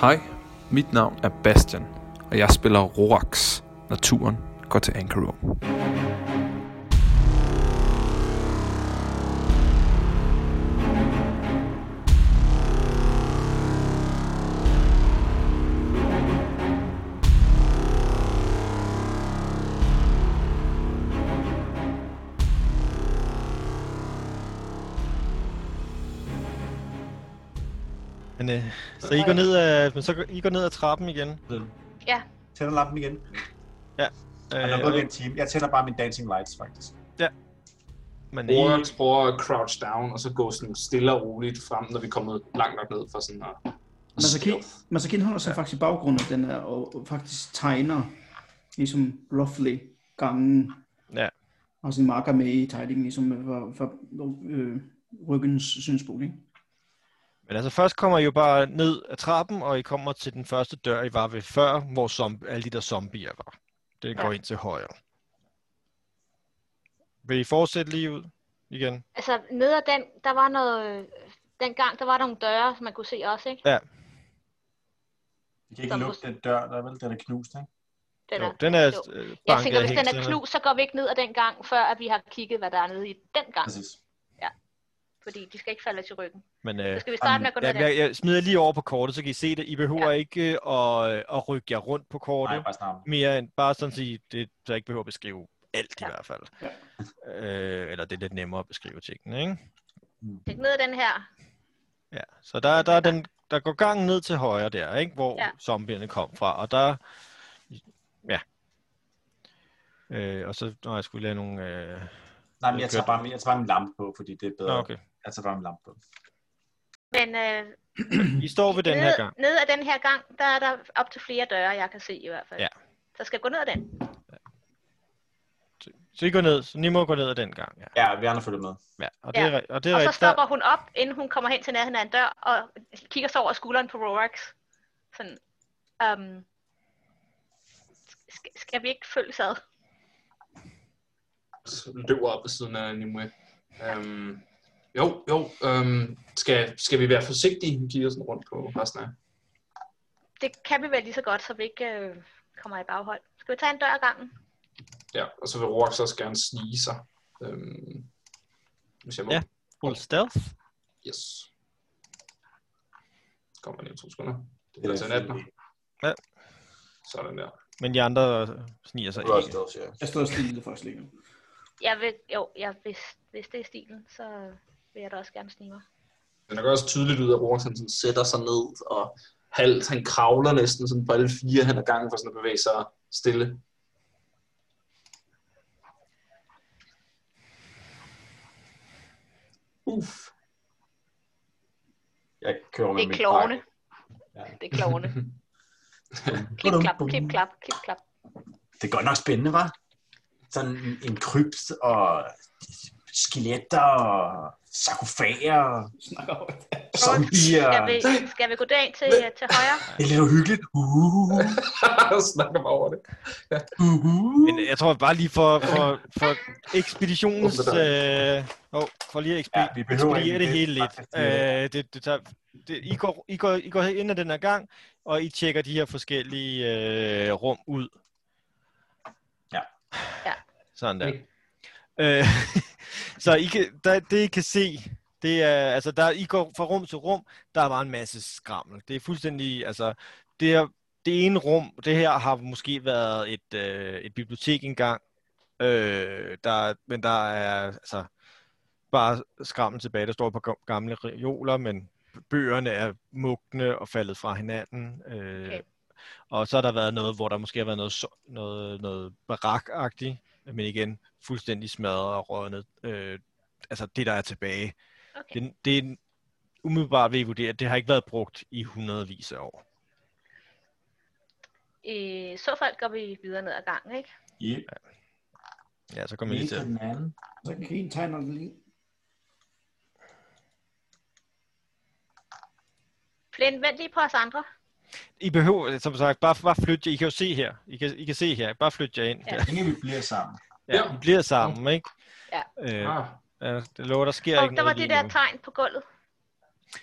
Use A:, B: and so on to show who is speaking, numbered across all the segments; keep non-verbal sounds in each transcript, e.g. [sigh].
A: Hej, mit navn er Bastian, og jeg spiller Rorax. Naturen går til Ankarum.
B: Men, øh, så I går, ned ad, men så går- I går ned ad trappen igen. Øh,
C: tænder lampen igen. Og der er
B: og-
C: gået lige en time. Jeg tænder bare min dancing lights, faktisk.
B: men I,
D: Rorax prøver at crouch down, og så gå sådan stille og roligt frem, når vi er kommet langt nok ned for sådan at...
E: Masaki, Masaki holder sig ja. faktisk i baggrunden af den her, og og faktisk tegner ligesom roughly gangen.
B: Ja.
E: Og sin marker med i tegningen, ligesom øh, fra, fra øh, ryggens synspunkt, ikke?
B: men altså først kommer I jo bare ned ad trappen, og I kommer til den første dør, I var ved før, hvor som, alle de der zombier var. Det går ind til højre. Vil I fortsætte lige ud igen?
F: Altså, nede af den, der var noget... øh, Dengang, der var nogle døre, som man kunne se også, ikke?
C: Vi kan ikke
F: Der
C: lukke den dør, der er vel, den er knust, ikke?
F: Den
B: Jo,
F: er.
B: den er
F: Jo.
B: øh, banket
F: Jeg tænker, hvis
B: helt
F: den
B: til
F: er knust, så går vi ikke ned af den gang, før at vi har kigget, hvad der er nede i den gang.
B: Altså-
C: Præcis.
F: Fordi de skal ikke falde til ryggen.
B: Men, øh,
F: Så skal vi starte med at gå ned
B: ja,
F: ad
B: men
F: den.
B: jeg, jeg smider lige over på kortet, så kan I se det. I behøver ja. ikke øh, at, at rykke jer rundt på kortet.
C: Nej, bare snart.
B: mere end bare sådan at sige, det, så jeg ikke behøver at beskrive alt ja.
F: Ja.
B: i hvert fald. Øh, eller det er lidt nemmere at beskrive tingene, ikke?
F: Læg ned af den her.
B: Ja. Så der, der, er den, der går gangen ned til højre der, ikke? Hvor ja.
F: Ja.
B: zombierne kom fra, og der... Ja. Øh, og så, når jeg skulle lave nogle... Øh...
C: Nej, men jeg
B: Okay.
C: tager, bare, min- jeg tager bare min lampe på, fordi det er
B: Nå,
C: bedre.
B: okay.
C: Jeg tager bare min lampe på.
F: Men øh,
B: I står ved den
F: nede,
B: her gang.
F: nede af den her gang, der er der op til flere døre, jeg kan se i hvert fald.
B: Ja.
F: Så skal jeg gå ned ad den.
B: Så I går ned, så I må gå ned ad den gang, ja.
C: Ja, vi andre følger med.
B: ja. Og det er,
F: Ja.
B: ri- og det er
F: Og så
B: rigtigt. Der-
F: stopper hun op, inden hun kommer hen til nærheden af en dør, og kigger sig over skulderen på Rorax. Sådan, um, skal, skal vi ikke følges ad?
D: løber op ved siden af Nimue. Øhm, jo, jo, øhm, skal, skal vi være forsigtige? Hun kigger sådan rundt på resten af.
F: Det kan vi vel lige så godt, så vi ikke øh, kommer i baghold. Skal vi tage en dør ad gangen?
D: Ja, og så vil Rorax også gerne snige sig. Øhm, hvis jeg må.
B: Ja. Full stealth.
D: Yes. Kommer lige om to sekunder. Det
C: Det
D: er
C: er
D: altså en 18.
B: Ja.
D: Sådan der.
B: Men de andre sniger sig ikke.
E: Jeg står stille faktisk længe.
F: Jeg vil, jo, jeg, hvis, hvis det er stilen, så vil jeg da også gerne snige mig.
D: Men der går også tydeligt ud af, at Rorax han sådan sætter sig ned, og halvt, han kravler næsten sådan på alle fire hen ad gangen, for sådan at bevæge sig stille. Uff. [laughs]
C: Jeg kører med
F: Det er
C: min
F: klovne.
C: pakke. Ja.
F: Det er
B: [laughs]
F: klovne. klip, klap, klip, klap, klip, klap.
C: Det er godt nok spændende, var. Sådan en- en krypt og skeletter og sarkofager og
E: Snakker højt.
C: zombier.
F: Skal vi, skal vi gå derind til, til højre?
C: Det er lidt uhyggeligt. Uh,
D: Jeg snakker bare over det.
C: uh, uh.
B: Men øh, jeg tror bare lige for, for, for ekspeditionens...
D: Åbne
B: Øh, oh, for lige at
C: Ja,
B: ekspe-
C: vi
B: ja,
C: behøver
B: ekspediere det
C: egentlig
B: hele lidt.
C: faktisk det.
B: Øh, det, det tager, det, I, går, I, går, I går ind ad den her gang, og I tjekker de her forskellige øh, rum ud.
C: Ja.
F: Ja.
B: Sådan der. Øh, [laughs] så I kan, der, det I kan se, det er, altså der, I går fra rum til rum, der er bare en masse skrammel. Det er fuldstændig, altså, det er det ene rum, det her har måske været et, øh, et bibliotek engang, øh, der, men der er altså, bare skrammen tilbage. Der står et par gam- gamle reoler, men bøgerne er mugne og faldet fra hinanden. Øh,
F: Okay.
B: Og så har der været noget, hvor der måske har været noget, so- noget, noget barakagtigt, men igen fuldstændig smadret og rådnet. Øh, altså det, der er tilbage.
F: Okay.
B: Det, det er umiddelbart ved at vurdere, at det har ikke været brugt i hundredvis af år.
F: I så fald går vi videre ned ad gangen, ikke?
C: Ja,
B: Ja, så kommer jeg
C: lige
B: lige
C: til
B: til.
C: den anden.
E: Så kan en tegner det lige.
F: Flynn, vent lige på os andre.
B: I behøver, som sagt, bare, bare flytte jer. I kan jo se her. I kan, I kan se her. Bare flytte jer ind.
F: Ja.
B: Ja.
C: Ingen vi bliver sammen.
B: ja. I bliver sammen, ikke?
F: Ja.
B: Øh,
D: Ah,
B: ja, det lover, der sker
F: Og
B: ikke
F: der var
B: noget
F: det
B: lige
F: der
B: nu.
F: tegn på gulvet.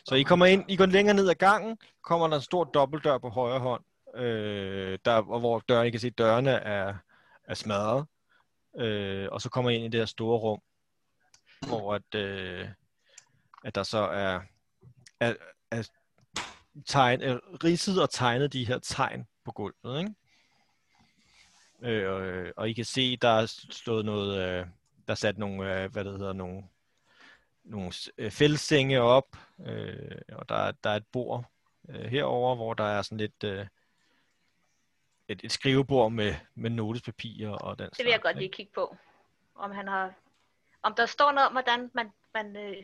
B: Så I kommer ind, I går længere ned ad gangen, kommer der en stor dobbeltdør på højre hånd, øh, der, og hvor døren, I kan se, dørene er, er smadret. Øh, og så kommer I ind i det her store rum, hvor at, øh, at der så er, er, er tegn, er ridset og tegnet de her tegn på gulvet. Ikke? Øh, og, og I kan se, der er stået noget, øh, der er sat nogle, øh, hvad det hedder, nogle, nogle s- øh, fældssenge op, øh, og der, er- der er et bord øh, herover, hvor der er sådan lidt øh, et, et skrivebord med, med notespapir og den
F: Det vil jeg godt lige kigge på. Om han har... Om der står noget om, hvordan man, man øh,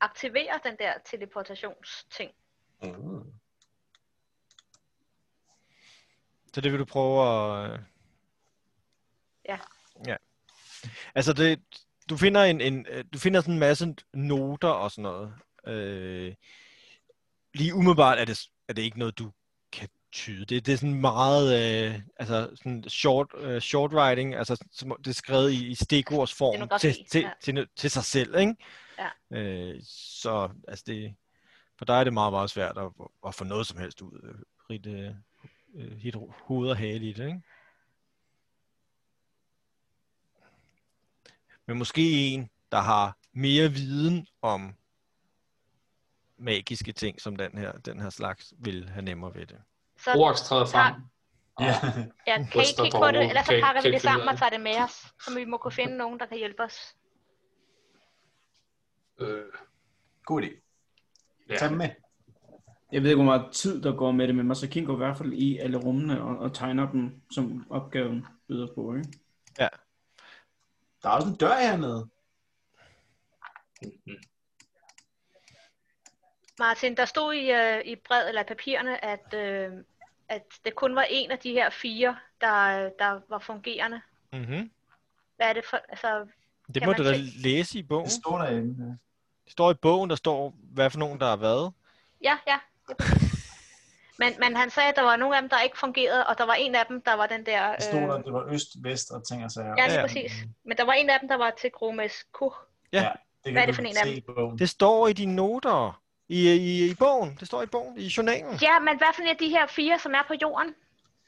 F: aktiverer den der teleportationsting.
C: Mm.
B: Så det vil du prøve at... øh,
F: Ja.
B: Ja. Altså, det, du, finder en, en, øh, du finder sådan en masse noter og sådan noget. Øh, lige umiddelbart er det, er det ikke noget, du kan tyde. Det, det er sådan meget øh, altså sådan short, øh, short writing, altså som, det er skrevet i, i stikordsform
F: Stenografi,
B: til, til,
F: ja.
B: til, til, til sig selv, ikke?
F: Ja.
B: Øh, så altså det, for dig er det meget, meget svært at, at få noget som helst ud, øh, rigt, øh, øh, hit hoved og hale i det, ikke? Men måske en, der har mere viden om magiske ting, som den her, den her slags, vil have nemmere ved det.
F: Så
D: Roax træder frem.
C: Ja.
F: ja, kan I
D: ryster
F: kigge
D: på
F: på det,
D: hovedet.
F: eller så
D: Kan-
F: pakker
D: kan
F: vi
D: ikke
F: det
D: finde ud
F: sammen
D: af
F: og tager det med os. Så vi må kunne finde nogen, der kan hjælpe os.
D: Øh,
C: God idé.
D: Ja.
C: Tag dem med.
E: Jeg ved ikke, hvor meget tid der går med det, men Masakin går i hvert fald i alle rummene og, og tegner dem, som opgaven byder på, ikke?
C: Der er også en dør hernede.
F: Martin, der stod i, øh, i brevet eller i papirerne, at, øh, at det kun var en af de her fire, der, øh, der var fungerende.
B: Mm-hmm.
F: Hvad er det for... Altså,
B: Det
F: Kan
B: må
F: man
B: du da
F: se-
B: læse i bogen.
C: Det
F: Mm.
C: står derinde.
B: Det står i bogen, der står, hvad for nogen, der er hvad.
F: ja, ja. Men, men han sagde, at der var nogle af dem, der ikke fungerede, og der var en af dem, der var den der...
C: Det stod der,
F: Øh,
C: det var øst, vest og ting og sager.
F: ja, lige
B: Ja.
F: præcis. Men der var en af dem, der var til Gromes Kuh.
C: det
F: Hvad er
C: kan
F: det
C: du
F: for en
C: se
F: af dem?
C: i bogen.
B: Det står i dine noter. I, i, i bogen. Det står i bogen. I journalen.
F: Ja, men hvad for en af de her fire, som er på jorden?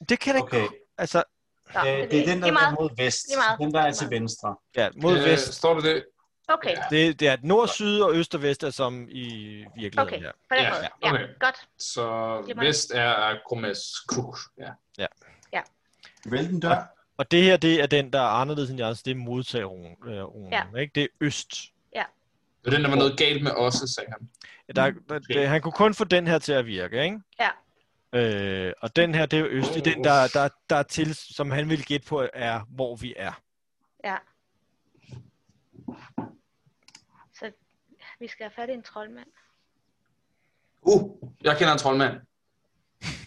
B: Det kan da
C: Okay,
B: Altså,
F: Nå,
C: øh,
F: ved
C: det er
F: jeg
C: den,
F: ikke.
C: der
F: Lige meget.
C: er mod vest.
F: Lige meget.
C: Den, der er
F: Lige
C: til venstre.
B: ja, mod
D: øh,
B: vest.
D: Står der det?
F: Okay,
B: Det, det er at nord, syd og øst og vest er som i virkeligheden
F: okay.
B: her.
F: På den
D: Ja,
F: måde.
D: ja,
F: Ja,
D: okay.
F: godt.
D: Så
F: Det var-
D: vest er Grumas Kuk. Ja.
C: Hvilken dør?
B: Og det her, det er den, der er anderledes end jeres. Det er modtageronen, øh, runen,
F: Ja.
B: ikke? Det er øst.
D: Det var den, der var noget galt med os, sagde han.
B: Der, der, det, han kunne kun få den her til at virke, ikke?
F: Ja.
B: Øh, og den her, det er jo øst. Det er den, der, der, der er til, som han vil gætte på, er, hvor vi er.
F: Ja. Så vi skal have fat i en troldmand.
D: Uh, jeg kender en troldmand.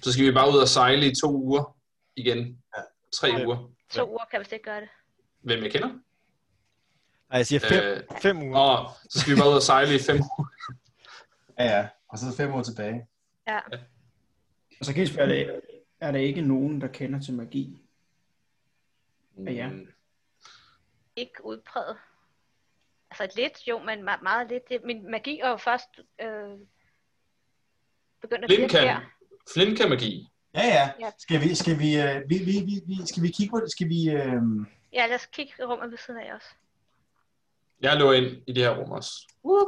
D: Så skal vi bare ud og sejle i to uger igen. Tre
B: Ja.
D: uger.
F: To uger kan vist ikke gøre det. Hvem?
D: Hvem jeg kender?
B: Nej, jeg siger fem,
D: Øh,
B: øh, fem uger.
D: og så skal vi bare ud og sejle i fem uger.
C: Ja, ja. Og så er det fem år tilbage.
F: Ja.
E: Og så kan jeg spørge, er der, er der ikke nogen, der kender til magi? Ja.
F: Ikke udpræget. Altså lidt, jo, men me- meget lidt. Det- Min magi er jo først øh, begyndt at
D: Flynn
F: virke
D: kan,
F: her.
D: Flynn kan magi.
C: Ja, ja.
F: Ja.
C: Skal vi, skal vi, øh, vi, vi, vi, vi, skal vi kigge på det? Skal vi... Øh...
F: Ja, lad os kigge i rummet ved siden af os.
D: Jeg lå ind i det her rum også.
F: Whoop.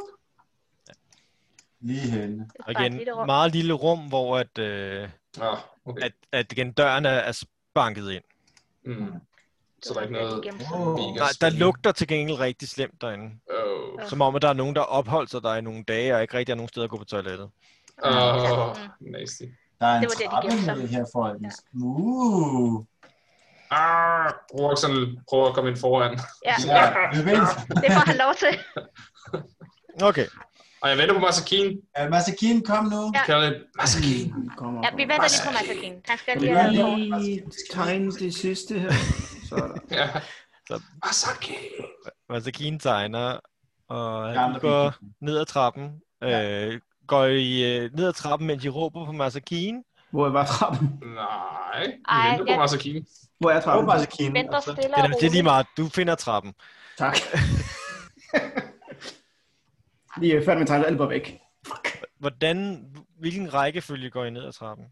C: Lige henne.
F: Det er
B: Og
F: bare et lille
B: igen,
F: rum.
B: meget lille rum, hvor at, øh,
D: Ah, okay.
B: at, at igen, døren er, er banket ind.
D: Mm.
F: Det
D: Så der
F: var
D: er ikke noget...
F: igennem
C: Wow.
D: mega
B: Nej, der
D: spændende.
B: lugter til gengæld rigtig slemt derinde.
D: Åh.
F: Ja.
B: Som om, at der er nogen, der opholdt sig der i nogle dage, og ikke rigtig har nogen steder at gå på toilettet.
D: Åh, nasty.
C: Der er en
F: Det var det, de
C: trappe
F: gemte sig.
C: nede her foran. Ja. Uh.
D: Ah, Roxan prøver at komme ind foran.
F: Ja,
C: Ja,
F: ja,
C: vi venter.
F: det får han lov til.
B: Okay.
D: Og jeg venter på Masakin.
C: Øh, Masakin, kom nu.
F: Ja.
D: Kalder det
B: [laughs]
D: Masakin.
E: Hun kommer
F: Ja, vi venter lige på
D: Master
F: Master King. Han skal
E: Kan vi
F: lige
E: bare
F: have
C: Ja.
E: lige tegne det sidste her? Så er der.
D: Ja.
B: Så-
D: Masakin.
B: Masakine tegner, og
C: Gamle
B: han går ned ad trappen. Øh, går I øh, ned ad trappen, mens I råber på Masakine?
E: Hvor er var trappen?
D: Nej, vi
F: Ej,
D: venter på
F: ja.
D: Masakin.
E: Hvor er
C: Kom,
E: trappen?
C: Masakin.
F: venter stille
B: Det,
F: og
B: er- det er lige
F: roligt.
B: meget. Du finder trappen.
E: Tak. Vi er færdige med tegnet, alle bare væk.
B: Hvordan, hvilken rækkefølge går I ned ad trappen?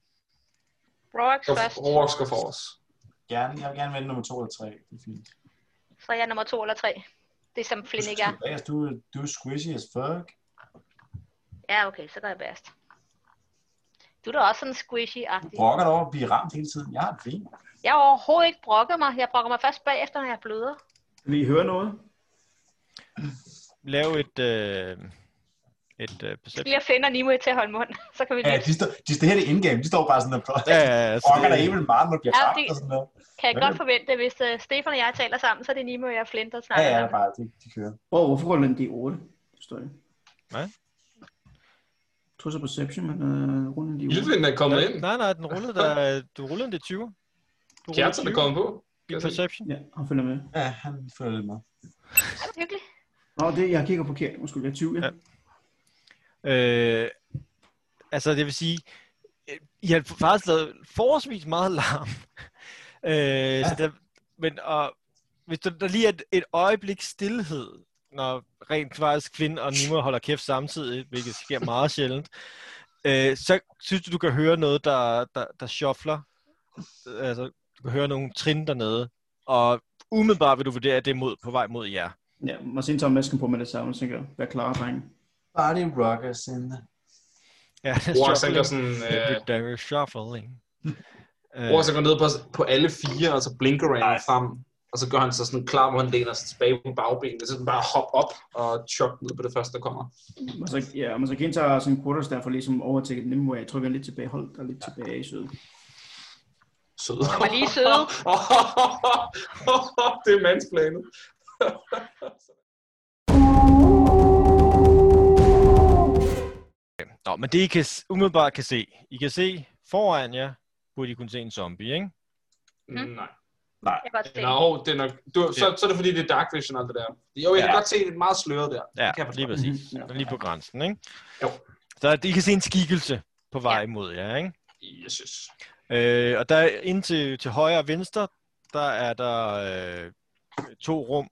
F: Rorax først,
D: Rorax går for os.
C: Gerne, jeg vil gerne vende nummer to eller tre. Det er fint.
F: så er jeg nummer to eller tre. Det er som Flynn ikke er.
C: Andreas, Altså, du, du er squishy as fuck.
F: Ja, okay, så går jeg værst. Du er da også sådan squishy-agtig.
C: Brokker dig over at blive ramt hele tiden. Jeg har det fint.
F: Jeg har overhovedet ikke brokket mig. Jeg brokker mig først bagefter, når jeg bløder.
E: Vil I høre noget?
B: Lav et, øh, et øh,
F: Skal
B: perception.
F: lige at finde Nimo til at holde mund, [laughs] så kan vi
C: Ja,
F: lige...
C: de, står, de, det her det er endgame. De står bare sådan og blot.
B: Ja, ja, ja, så
C: Brokker dig
B: det-
C: helt vildt meget, når du bliver
F: Ja,
C: ramt
F: det-
C: og sådan noget.
F: Kan jeg godt forvente, at hvis uh, Stefan og jeg taler sammen, så er det Nimo og jeg flinter og
C: Ja,
F: snakker
C: ja,
F: sammen.
C: bare, de, de kører.
E: Åh, oh, hvorfor ruller den D8? Forstår jeg.
B: Hvad?
E: Jeg tror så perception, men øh, ruller den D8.
D: Ilvind er kommet ind.
B: Nej, nej, den rullede der, øh, du rullede en 20. Du
D: Kjertsen er kommet på.
B: i perception.
E: Ja, han følger med.
C: Ja, han følger lidt med.
F: Ej, hvor hyggeligt.
E: Nå, det, jeg kigger forkert. Undskyld, jeg er 20. Ja.
B: Ja. Øh, altså, det vil sige, øh, I har faktisk lavet forholdsvis meget larm. [laughs] Øh, ja. så der, men og, hvis der, der lige er et, et øjeblik stillhed, når rent faktisk kvinde og Nima holder kæft samtidig, hvilket sker meget sjældent, øh, så synes du, du kan høre noget, der, der, der shuffler. Altså, du kan høre nogle trin dernede, og umiddelbart vil du vurdere, at det er mod, på vej mod jer.
E: ja Martin tager masken på med det samme, så jeg kan være klar, drenge.
C: Body rockers in the...
B: [laughs] Ja,
D: Rorax han
B: shuffling.
D: gør sådan... Øh,
B: Every day shuffling. Øh,
D: Rorax han går ned på, på alle fire, og så blinker han frem. Og så gør han så sådan klar, hvor han læner sig tilbage på bagbenet. Så sådan bare hop op og chop ned på det første, der kommer.
E: Mas- Ja, og så kan tager sådan en quarterstaff for ligesom over til Nimue. Jeg trykker lidt tilbageholdt og lidt tilbage i søde.
D: Søde.
F: Kommer lige søde.
D: [laughs] det er mandsplanet.
B: Nå, men det I kan, s- umiddelbart kan se. I kan se foran jer, burde I kunne se en zombie, ikke?
F: Mm.
D: Nej.
F: Jeg kan godt se.
D: Nå, det er nok... Du, så, så er det fordi, det er dark vision alt det der. Jo, jeg kan
C: Ja.
D: godt se, det er meget sløret der.
B: Ja,
D: kan jeg forstå. Mm-hmm.
B: lige præcis.
E: Mhm, ja.
B: Den er Lige på grænsen, ikke?
D: Jo.
B: Så at I kan se en skikkelse på vej
F: Ja.
B: imod jer, ikke?
D: Yes, yes.
B: Øh, og der ind til, til højre og venstre, der er der øh, to rum,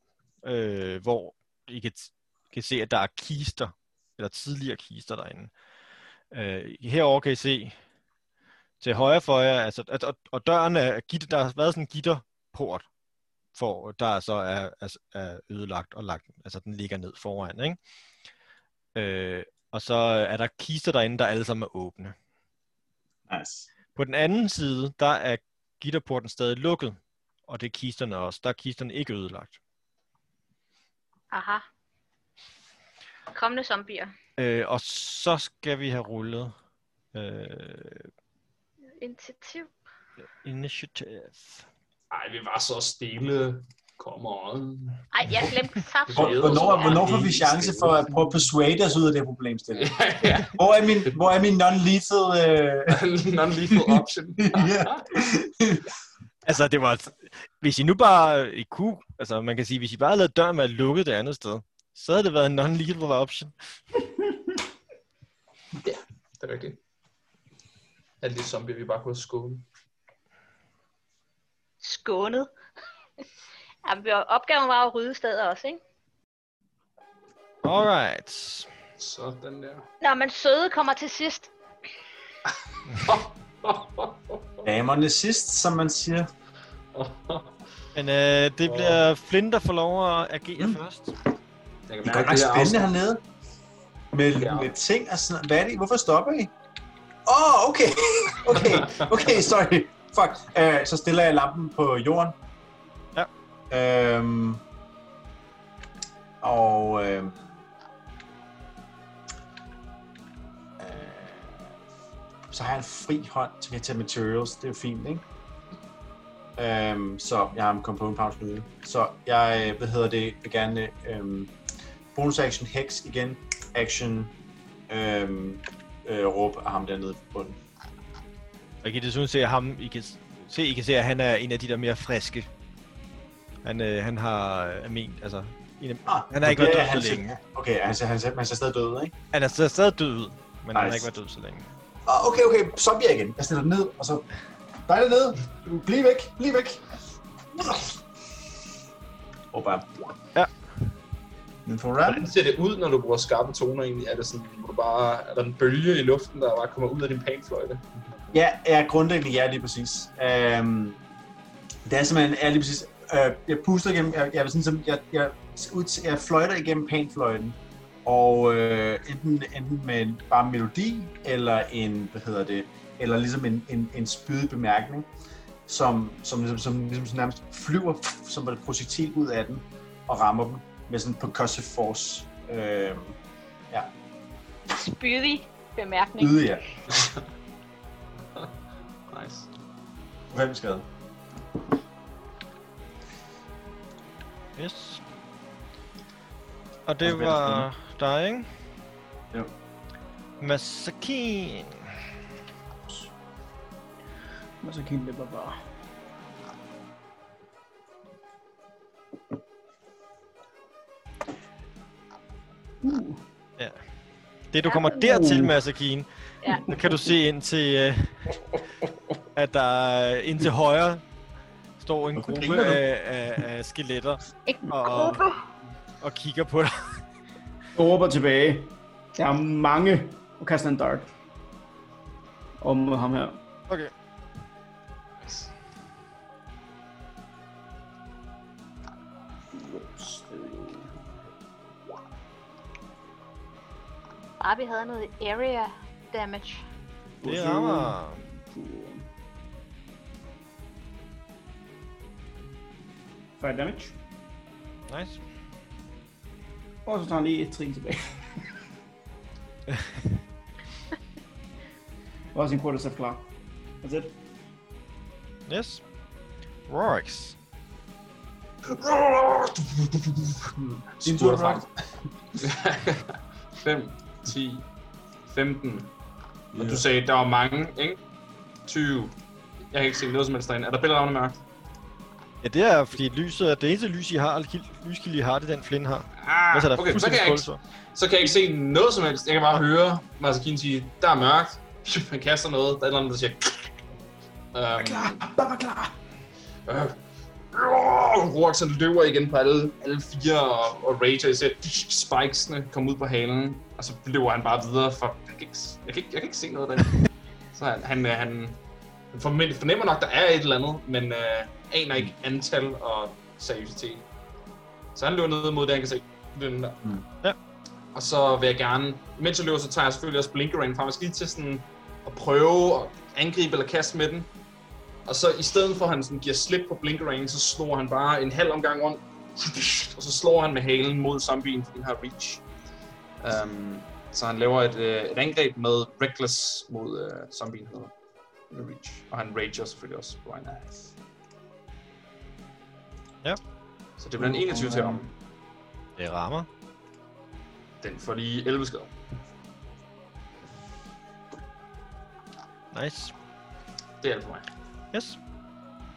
B: øh, hvor I kan, kan se, at der er kister, eller tidligere kister derinde. Øh, herover kan I se til højre for jer, altså, at, og, og døren er gitter, der har været sådan en gitterport, for, der så er, er, er ødelagt og lagt, altså den ligger ned foran, ikke? Øh, og så er der kister derinde, der alle sammen er åbne.
C: Nice.
B: På den anden side, der er gitterporten stadig lukket, og det er kisterne også. Der er kisterne ikke ødelagt.
F: Aha. Kommende zombier.
B: Øh, og så skal vi have rullet øh,
F: Initiativ.
B: initiative.
D: Ej, vi var så stille. Kom on. [laughs]
F: Ej, jeg glemte saft.
D: Hvor-
C: Hvor- Hvornår,
D: Ja.
C: hvornår får vi chance for at prøve at persuade os ud af det her problemstilling?
D: ja, ja.
C: Hvor er min, hvor er min non-lethal... Øh...
D: Non-lethal option.
C: [laughs] ja.
B: Altså, det var... Hvis I nu bare... I kunne, altså, man kan sige, hvis I bare havde lavet døren være lukket det andet sted, så havde det været en non-lethal option.
D: det er rigtigt. Alle de zombier, vi bare kunne skåle.
F: Skånet. [laughs] Jamen, vi var- opgaven var at rydde stedet også, ikke?
B: Alright.
D: Sådan der. [laughs]
F: Nå, men søde kommer til sidst.
C: Damerne sidst, som man siger.
B: Men øh, det bliver Flynn, der får lov at agere
C: Mm.
B: først.
D: Jeg
C: Det
D: kan
C: er godt
D: mærke, det
C: nok
D: her
C: spændende
D: afsnit.
C: hernede. Med,
D: Ja.
C: med ting og sådan Hvad er det? Hvorfor stopper I? Åh, oh, okay. [laughs] Okay, okay, sorry. Fuck. Uh, så stiller jeg lampen på jorden.
B: Ja.
C: Øhm, og... øhm, øh, så har jeg en fri hånd, så kan jeg tage materials. Det er jo fint, ikke? Øhm, så jeg har en component pouch nu. Så jeg, øh, hvad hedder det, vil gerne øhm, bonus action hex igen, action øhm, øh, råb af ham dernede på bunden.
B: Og I kan desuden se at ham, I kan se, I kan se, at han er en af de der mere friske. Han, øh, han har øh, er ment, altså, en af,
C: Ah,
B: Han har ikke været
C: okay,
B: død så
C: han ser-
B: længe.
C: Okay, han ser, han ser, han ser stadig død, ikke?
B: han er stadig- stadig død ud, men han har
C: Nice.
B: ikke været død så længe.
C: Ah, okay, okay, så bliver jeg igen. Jeg stiller den ned, og så... Dig dernede! Du- Bliv væk! Bliv væk! Og bare...
B: Ja.
C: Infrared?
D: Hvordan ser det ud, når du bruger skarpe toner egentlig? Er det sådan, hvor du bare, er der en bølge i luften, der bare kommer ud af din panfløjte?
C: Ja, ja, grundlæggende ja, lige præcis. Øhm, det er simpelthen, ja, lige præcis. Øh, jeg puster igennem, jeg, jeg, vil sådan, som- jeg, jeg, ud, jeg fløjter igennem panfløjten, og øh, enten, enten med en- bare en melodi, eller en, hvad hedder det, eller ligesom en, en, en spydig bemærkning, som, som, ligesom, som ligesom sådan nærmest flyver som et projektil ud af den, og rammer dem med sådan en percussive force. Øh,
F: Spydig bemærkning.
C: yde ja.
D: Nice.
C: Hvem skade?
B: Yes. Og det
C: Og hvad er
B: var dig, ikke?
C: Jo.
B: Masaki.
E: Og så kan det bare bare. Uh,
B: Det du kommer
F: Ja.
C: Uh.
B: dertil, Masakien,
F: Ja.
B: der kan du se ind til, øh, at der øh, ind til højre står en
C: Hvorfor
B: gruppe
C: griner du?
B: af, af, af skeletter
F: Ikke
B: Og-
F: gruppe.
B: og kigger på dig.
E: jeg råber tilbage. Der er mange. Og kaster en dart. Om ham her.
B: Okay.
F: Bare Ah, vi havde noget area damage.
B: Det rammer.
E: Fire damage.
B: Nice.
E: Og så tager han lige et trin tilbage. Og sin quarter staff klar. That's it.
B: Yes. Rorix.
C: Din tur,
D: Spurter frem.
C: Frank.
D: [laughs] 5, 10, 15. Og du sagde, der var mange, ikke? 20. Jeg kan ikke se noget som helst derinde. Er der bælragende mørkt?
B: Ja, det er fordi lyset, det eneste lys, I har, eller kil- lyskilde, I har, det er den flint har.
D: Ah,
B: Ellers er der
D: okay, så kan,
B: fuldstændig
D: jeg ikke,
B: skål,
D: så kan jeg ikke se noget som helst. Jeg kan bare høre Masakine sige, der er mørkt. [laughs] Han kaster noget, der er et eller andet, der siger... [laughs] Øhm,
E: Klar, bare klar.
D: Øh. Rourke sådan løber igen på alle, alle fire og, og rager. I ser spikesene komme ud på halen, og så løber han bare videre, for jeg kan ikke, jeg kan ikke, jeg kan ikke se noget derinde. så han, han, øh, han han formentlig fornemmer nok, der er et eller andet, men øh, aner ikke antal og seriøsitet. Så han løber ned mod det, han kan se. Den der.
C: Mm.
B: Ja.
D: Og så vil jeg gerne, mens jeg løber, så tager jeg selvfølgelig også Blinkerang frem. Jeg skal lige til sådan at prøve at angribe eller kaste med den. Og så i stedet for, at han sådan giver slip på blinkerangen, så snor han bare en halv omgang rundt. Og så slår han med halen mod zombien, fordi han har reach. Um, så han laver et, øh, et angreb med Reckless mod øh, zombien, hedder det. med reach. Og han rager selvfølgelig også på vejen af.
B: Ja.
D: Så det bliver en 21 til ham.
B: Det rammer.
D: Den får lige 11 skader.
B: Nice.
D: Det er alt for mig.
B: Yes.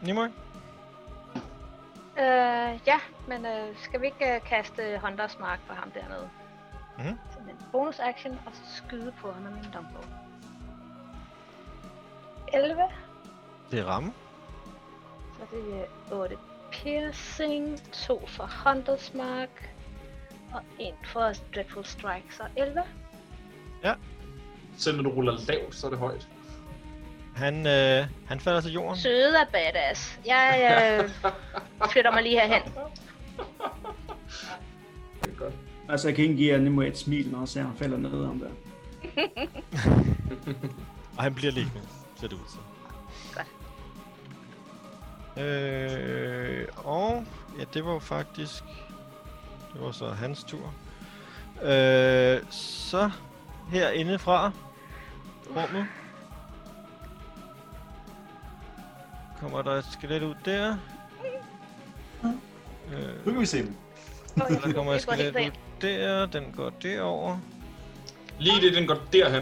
B: Nimue.
F: Øh, ja, men øh, skal vi ikke øh, kaste Hunters Mark på ham dernede?
B: Mhm.
F: Som en bonus action, og så skyde på ham med min dumbo. 11,
B: Det rammer.
F: så det er 8 piercing, 2 for Hunters Mark, og 1 for Dreadful Strike, så 11.
D: Selv når du ruller lavt, så er det højt.
B: Han, øh, han falder til jorden.
F: Søde og badass. Jeg
D: [laughs]
F: øh, flytter mig lige herhen.
D: Det er godt.
E: Altså, jeg kan ikke give Nemo et smil, når jeg ser, han falder ned om der.
B: Og han bliver liggende, ser det ud til.
F: Godt.
B: Øh, og ja, det var jo faktisk... Det var så hans tur. Øh, så herinde fra rummet kommer der et skelet ud der. Øh,
C: Nu kan vi se dem.
B: der kommer et
F: Det går helt
B: skelet ud
F: ind.
B: der, den går derover.
D: Lige det, den går derhen.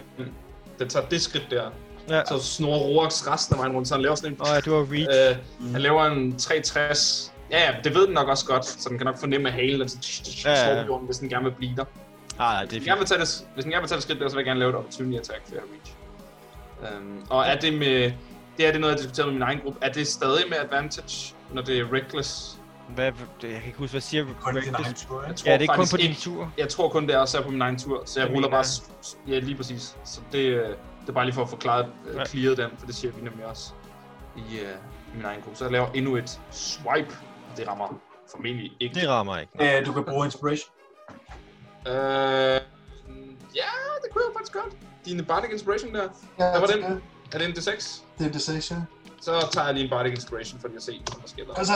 D: Den tager det skridt der.
B: Ja,
D: Så snor Roax resten af vejen rundt, så han laver sådan en...
B: og ja, det var reach.
D: Øh, han laver en 360. Ja, ja, det ved den nok også godt, så den kan nok fornemme at halen, den
B: Ja, ja.
D: slår på jorden, hvis den gerne vil blive der.
B: Ah, nej, det
D: Hvis
B: er
D: den gerne
B: fint.
D: vil tage det, hvis den gerne vil tage det skridt der, så vil jeg gerne lave et opportunity attack, for jeg har reach. Øhm, og er det med... Det er det noget, jeg diskuterede med min egen gruppe. Er det stadig med advantage, når det er reckless?
B: Hvad, det- jeg kan ikke huske, hvad siger
C: Kun din
B: Reckless?
C: egen tur, ikke?
D: Jeg tror
B: Ja, det er kun
D: faktisk
B: på din
D: ikke-
B: tur.
D: Jeg tror kun, det er også på min egen tur, så jeg
B: Det
D: ruller
B: mener
D: bare... s- s- Ja, lige præcis. Så det, øh, det er bare lige for at forklare øh,
B: Ja.
D: clearet den, for det siger vi nemlig også i, øh, i min egen gruppe. Så jeg laver endnu et swipe, og det rammer formentlig ikke.
B: Det rammer ikke.
C: Øh, du kan bruge inspiration.
D: Øh, ja, det kunne jeg faktisk godt. Din Bardic Inspiration der,
C: Ja,
D: Hvad var
C: det
D: den?
C: er-
D: er det en D6?
C: Det er en D6, ja.
D: Så tager jeg lige en Bardic Inspiration for lige at se, hvad der sker der.
C: Altså,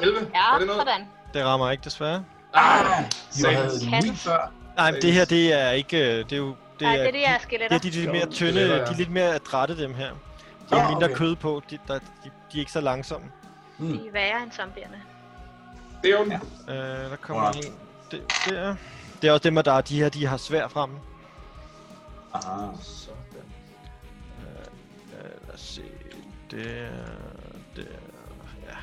D: 11?
F: Ja,
D: er det noget?
F: sådan.
B: Det rammer ikke, desværre.
D: Ah,
C: vi havde
D: Satan.
C: en
F: Katten.
C: ni før.
B: Nej, men det her, det er ikke... øh, Det er jo... Det
F: Nej,
B: er,
F: det er det, jeg er
B: det er
F: skeletter.
B: de lidt mere tynde,
D: skeletter, ja.
B: de er lidt mere adrætte, dem her. De
C: Ah,
B: har mindre
C: okay.
B: kød på, de, der, de, de er ikke så langsomme.
F: De er værre end zombierne.
D: det er jo den.
B: Øh, der kommer
C: Alright.
B: en det, der. Det er også dem, der er de her, de har svær frem.
C: Ah,
D: Sådan.
B: Øh, lad os se. Der, der, ja,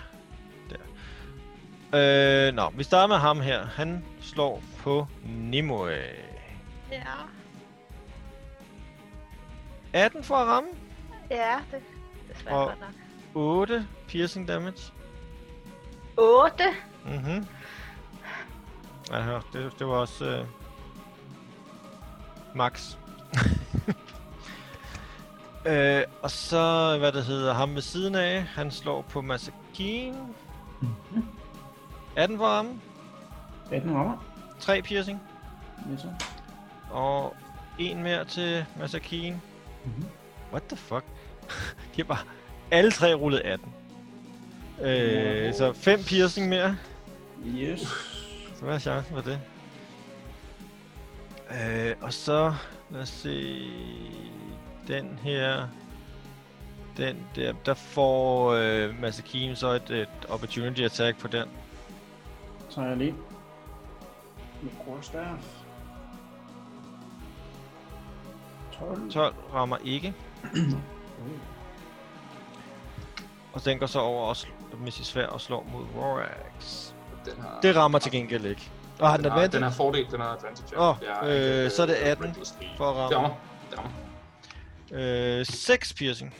B: der. Øh, nå, vi starter med ham her. Han slår på Nimue.
F: Ja,
B: 18 for at ramme.
F: ja det, det er svært
B: Og-
F: godt nok.
B: 8 piercing damage.
F: 8.
B: Mhm. Aha, det, det var også... Øh, max. øh, og så, hvad det hedder, ham ved siden af. Han slår på Masakin. 18 for ham.
E: 18 rammer.
B: 3 piercing.
E: Ja, så.
B: Og en mere til Masakin.
E: Mhm.
B: What the fuck? [laughs] De har bare alle tre rullet 18. Øh, så 5 piercing mere.
E: Yes.
B: Så hvad er chancen for det? Øh, og så, lad os se, den her, den der, der får øh, Masakim så et, et opportunity attack på den.
E: Så er jeg lige. Med crossstaff. 12.
B: 12 rammer [clears throat] ikke, og den går så over og sl- med sit svær og slår mod Rorax.
D: Den har,
B: Det rammer til gengæld ikke. Og har den
D: den, har,
B: advantage
D: den har fordel, den har advantage.
B: Åh,
D: Jeg
B: øh,
D: ikke,
B: så er det 18
D: reckless. Det
B: for at ramme?
D: rammer. Det rammer.
B: Øh, 6 piercing.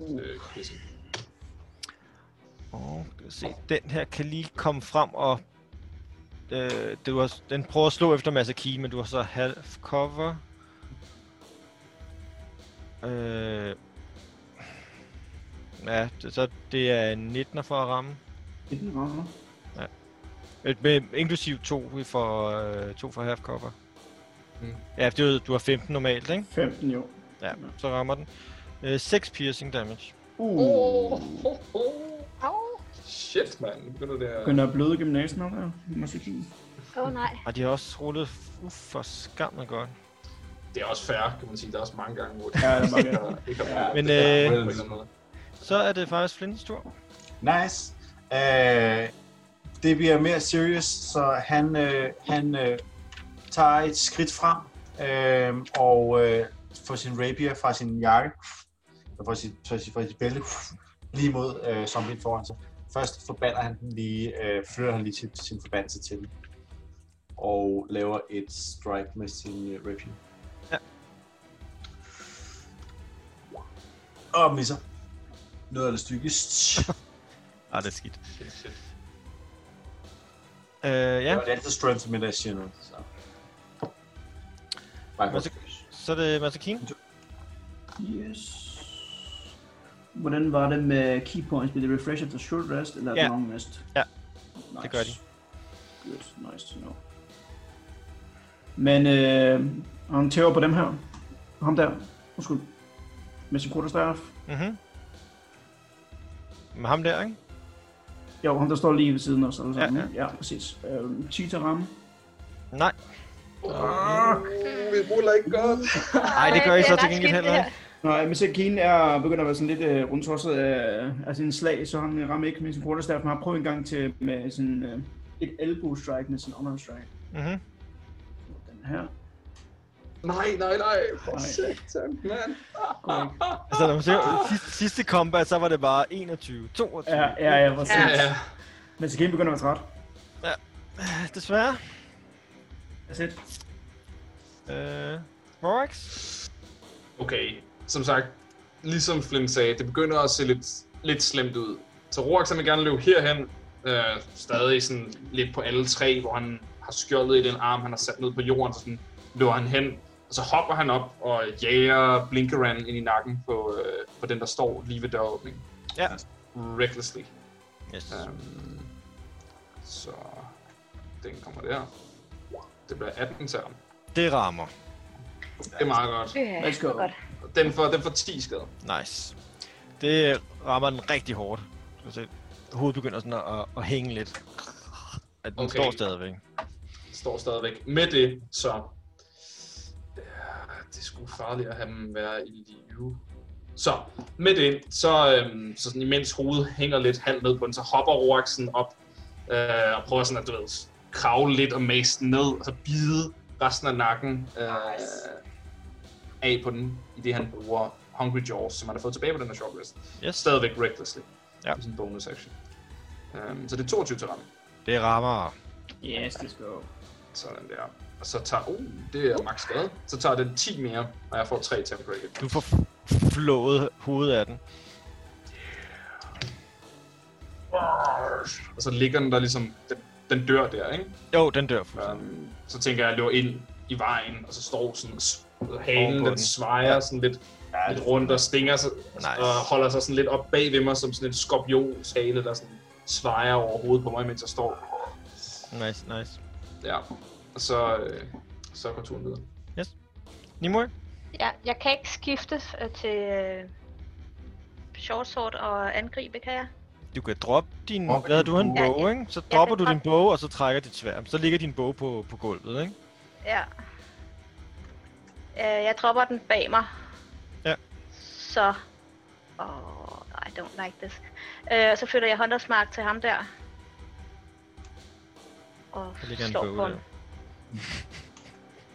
D: Øh, pisse.
B: Og skal vi se, den her kan lige komme frem og... Øh, du har, den prøver at slå efter Masaki, men du har så half cover. Øh, ja, det, så det er 19 for at ramme.
E: 19 rammer.
B: Et, med, inklusiv to for, øh, to for half cover.
D: Mm.
B: Ja, det er, jo- du har 15 normalt, ikke?
E: 15 jo.
B: Ja, så rammer den. Øh, 6 piercing damage.
E: Uh.
D: Oh, ho, ho. Shit, mand. Nu begynder det at...
E: Begynder at bløde gennem næsen op her. Måske.
F: Åh oh, nej.
B: Og de har også rullet uforskammet godt.
D: Det er også fair, kan man sige. Der er også mange gange, hvor
E: Ja, det er mange
D: der [laughs] ikke har
B: Men,
D: det er
B: øh,
D: på en eller anden måde.
B: Så er det faktisk Flints tur.
C: Nice. Øh, det bliver mere serious, så han, øh, han øh, tager et skridt frem øh, og øh, får sin rapier fra sin jakke, og fra sit, fra sit, fra sit bælte, lige mod øh, zombien foran sig. Først forbander han den lige, øh, flytter han lige til, sin forbandelse til den, og laver et strike med sin øh, rapier.
B: Ja.
C: Og misser. Noget af det stykkest.
B: Ah, det er skidt.
D: Shit, shit.
B: Øh, ja.
C: Ja. Det er altid strength, men jeg siger noget. Så. Bare
B: Men så- Så er det Masakin.
E: Yes. Hvordan var det med key points? Blev det refresh efter short rest, eller
B: Ja.
E: yeah. long rest?
B: Ja.
E: nice.
B: Det gør de.
E: Good, nice to know. Men øh, han tæver på dem her. Ham der. Undskyld. Med sin quarterstaff.
B: Mhm. Med ham der, ikke?
E: Jo, ham der står lige ved siden af os alle
B: Ja,
E: sammen. Ja, ja præcis. Øh, 10 til ramme.
B: Nej.
D: Vi ruller ikke godt.
B: Ej, det gør I så
F: er
B: til
F: ret
B: gengæld
F: skidt,
B: heller
F: det her.
E: Nej, men selv Keen er begyndt at være sådan lidt øh, rundtosset af, af sin slag, så han rammer ikke med sin quarterstaff, men har prøvet en gang til med sin, øh, et elbow strike med sin unarmed strike.
B: Mhm.
E: Den her
D: Nej, nej, nej. For
E: Nej.
D: satan, mand.
E: går ikke.
B: Altså, når man ser sidste, sidste combat, så var det bare 21, 22.
E: Ja, ja, ja, præcis.
D: Ja,
E: Ja,
D: ja.
E: ja. Men Keen begynder at være træt.
B: Desværre.
E: That's it.
B: Øh, Rorax.
D: Okay, som sagt, ligesom Flynn sagde, det begynder at se lidt, lidt slemt ud. Så Roark, han vil gerne løbe herhen Øh, stadig sådan lidt på alle tre, hvor han har skjoldet i den arm, han har sat ned på jorden, så sådan løber han hen. Og så hopper han op og jager Blinkeran ind i nakken på, øh, på den, der står lige ved døråbningen.
B: Ja.
D: Recklessly.
B: Yes.
D: Øhm, så den kommer der. Det bliver 18 til ham.
B: Det rammer.
D: Det er meget godt.
F: Yeah,
E: Let's go.
F: Godt.
D: Den får, den får 10 skader.
B: Nice. Det rammer den rigtig hårdt. Du kan se, hovedet begynder sådan at, at, at hænge lidt. At den
D: Okay.
B: okay. står stadigvæk.
D: står stadigvæk med det, så Ja, det er sgu farligt at have dem være i live. Så med det, så, øhm, så sådan, imens hovedet hænger lidt halvt ned på den, så hopper Roaxen op øh, og prøver sådan at du ved, kravle lidt og mase den ned, og så bide resten af nakken øh, af på den, i det han bruger Hungry Jaws, som han har fået tilbage på den her short rest.
B: Yes.
D: Stadigvæk recklessly.
B: Ja.
D: Det er sådan en bonus action. Øhm, så det er 22 til ramme.
B: Det rammer.
E: Yes, let's go.
D: Sådan der. Og så tager... Uh, det er max skade. Så tager den 10 mere, og jeg får 3 temporary hit.
B: Du får f- flået hovedet af den.
D: Og så ligger den der ligesom... Den, den dør der, ikke?
B: Jo, den dør. fuldstændig.
D: Um, så tænker jeg, at jeg løber ind i vejen, og så står sådan... s-
B: Oven
D: Halen,
B: på
D: den
B: den.
D: svejer sådan lidt, ja, lidt rundt og stinger sig,
B: Nice.
D: og holder sig sådan lidt op bag ved mig, som sådan en skorpionshale, der sådan svejer over hovedet på mig, mens jeg står
B: Nice, nice.
D: der. Og så, øh, så går turen videre.
B: Nimue?
F: Ja, jeg kan ikke skifte øh, til øh, short sword og angribe, kan jeg?
B: Du kan droppe din...
C: Droppe
B: Hvad
C: din
B: du har en
F: bue. Ja,
B: bog, ikke? Så
F: Ja,
B: dropper
F: den
B: du din
F: drop-
B: bog, og så trækker dit sværd. Så ligger din bog på, på gulvet, ikke?
F: Ja. Øh, jeg dropper den bag mig.
B: Ja.
F: Så... Oh, I don't like this. Øh, og så flytter jeg Hunters Mark til ham der. Og
B: Der ligger en
F: slår på
B: bog der.
F: en,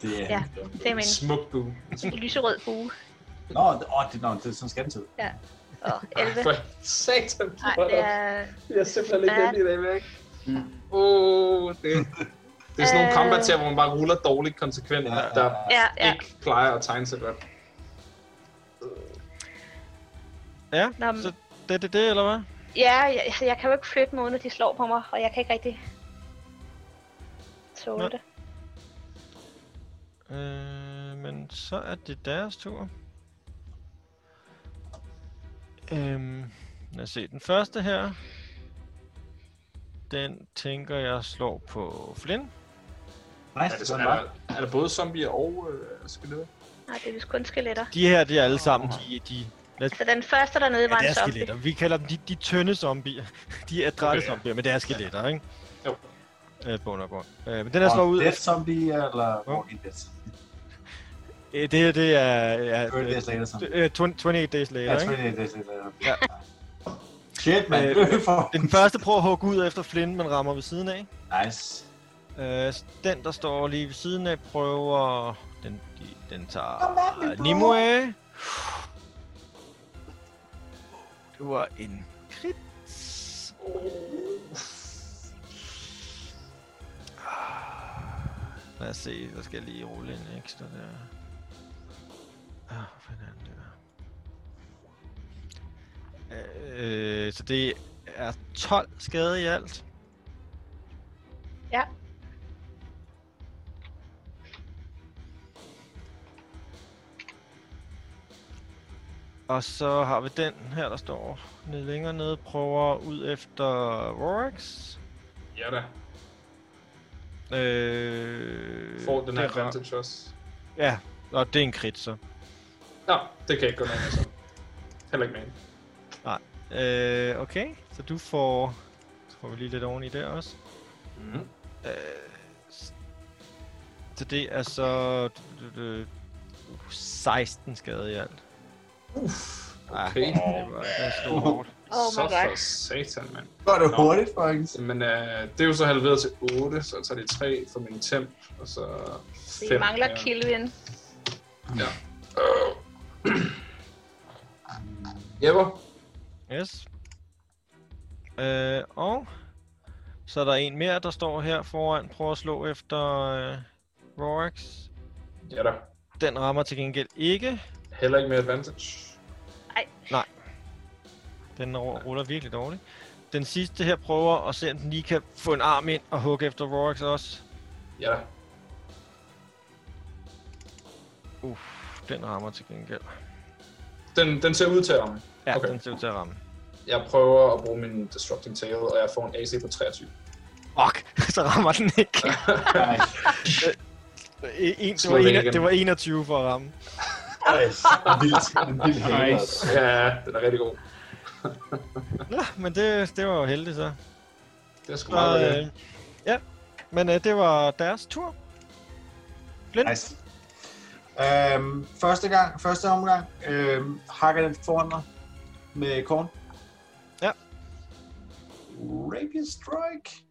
C: Det er...
F: Ja. det er
D: En
F: min
D: smuk bue.
B: [laughs]
F: lyserød bue.
C: Nå, det, åh, det, nå, det, sådan skal den se ud.
F: Og
D: Ej,
F: 11.
D: for [laughs] satan.
F: Nej,
D: hold
F: det
D: op.
F: er...
D: Jeg er simpelthen ikke
F: Ja.
D: heldig i dag, Mac. Åh, det, Mm. det er sådan nogle
F: Øh.
D: combat her, hvor man bare ruller dårligt konsekvent,
C: Ja, ja,
D: der
F: Ja, ja.
D: ikke plejer at tegne sig godt.
B: Ja,
F: Nå, men-
B: så det er det, det, eller hvad?
F: Ja, jeg, altså, jeg kan jo ikke flytte mig, uden at de slår på mig, og jeg kan ikke rigtig tåle
B: Nå.
F: det.
B: Øh, men så er det deres tur. Øhm, lad os se. Den første her, den tænker jeg slår på Flynn.
C: Nej,
D: Er det,
C: det
D: sådan,
C: sådan
D: er,
C: bare.
D: der, er der både zombier og øh, skeletter?
F: Nej, det er vist kun skeletter.
B: De her, de er alle sammen, de, de
F: Altså den første dernede var
B: ja, det
F: en
B: er
F: zombie.
B: skeletter. Vi kalder dem de, de tynde zombier. [laughs] De er adrette
D: Okay,
B: okay,
D: ja.
B: ja. zombier, men det er skeletter, ikke?
D: Jo.
B: Øh, på undergrund. Øh, men den her slår ud.
C: Dead zombie eller Walking Dead?
B: Øh, det her, det er... Ja,
C: 30 days later, sådan.
B: øh, øh, 28 days later,
C: Ja,
B: ikke?
C: 28 days later.
B: Ja.
C: Shit, man. [laughs]
B: Øh,
C: Øh, for...
B: Den første prøver at hugge ud efter Flynn, men rammer ved siden af.
C: Nice.
B: Øh, den, der står lige ved siden af, prøver... Den, de- den tager Nimue. Det var en crit. Ah, Lad os se, der skal jeg lige rulle en ekstra der. Ah, hvor fanden er den der? Øh, så det er 12 skade i alt.
F: Ja.
B: Og så har vi den her, der står nede længere nede, prøver ud efter Rorax.
D: Ja da.
B: Øh,
D: Får den her
B: det er ra-
D: advantage også.
B: Ja, og det er en crit så.
D: Nå, det kan ikke gå med, altså. Heller ikke med.
B: Øh, okay, så du får... Så får vi lige lidt oven i der også.
D: Mm-hmm.
B: Øh, s- så det er så... du- du- du- 16 skade i alt.
D: Okay.
B: Ah, det var, det var stort hårdt.
F: Oh
D: så
F: my god.
D: for satan, mand.
C: Var det
D: Nå.
C: hurtigt, faktisk?
D: Men øh, det er jo så halveret til 8, så tager det 3 for min temp, og så 5.
F: Vi mangler Kilvin.
D: Jepper,
B: Yes. Øh, og... Så er der en mere, der står her foran, prøver at slå efter øh, Rorax.
D: Ja da.
B: Den rammer til gengæld ikke.
D: Heller ikke med advantage.
B: Den ru- ruller virkelig dårligt. Den sidste her prøver at se, om den lige kan få en arm ind og hugge efter Rorax også.
D: Ja da.
B: Uff, den rammer til gengæld.
D: Den, den ser ud til at ramme.
B: Ja,
D: Okay.
B: okay. den ser ud til at ramme.
D: Jeg prøver at bruge min Destructing Tail, og jeg får en AC på 23.
B: Fuck, [laughs] så rammer den
D: [laughs]
B: ikke.
C: Nej,
B: Øh, En, det,
D: Slå
B: var
D: den
B: en,
D: igen.
B: det var 21 for at ramme.
C: nej, vildt, en vild hale,
E: Nice.
C: altså.
D: Ja, den er rigtig god.
B: Nå, men det, det var jo heldigt så.
D: Det er sgu
B: så
D: meget
B: øh, ja, men øh, det var deres tur. Flint, nice.
C: Nice. Øhm, første gang, første omgang, øhm, hakker den foran mig med korn.
B: Ja.
C: Rapier Strike.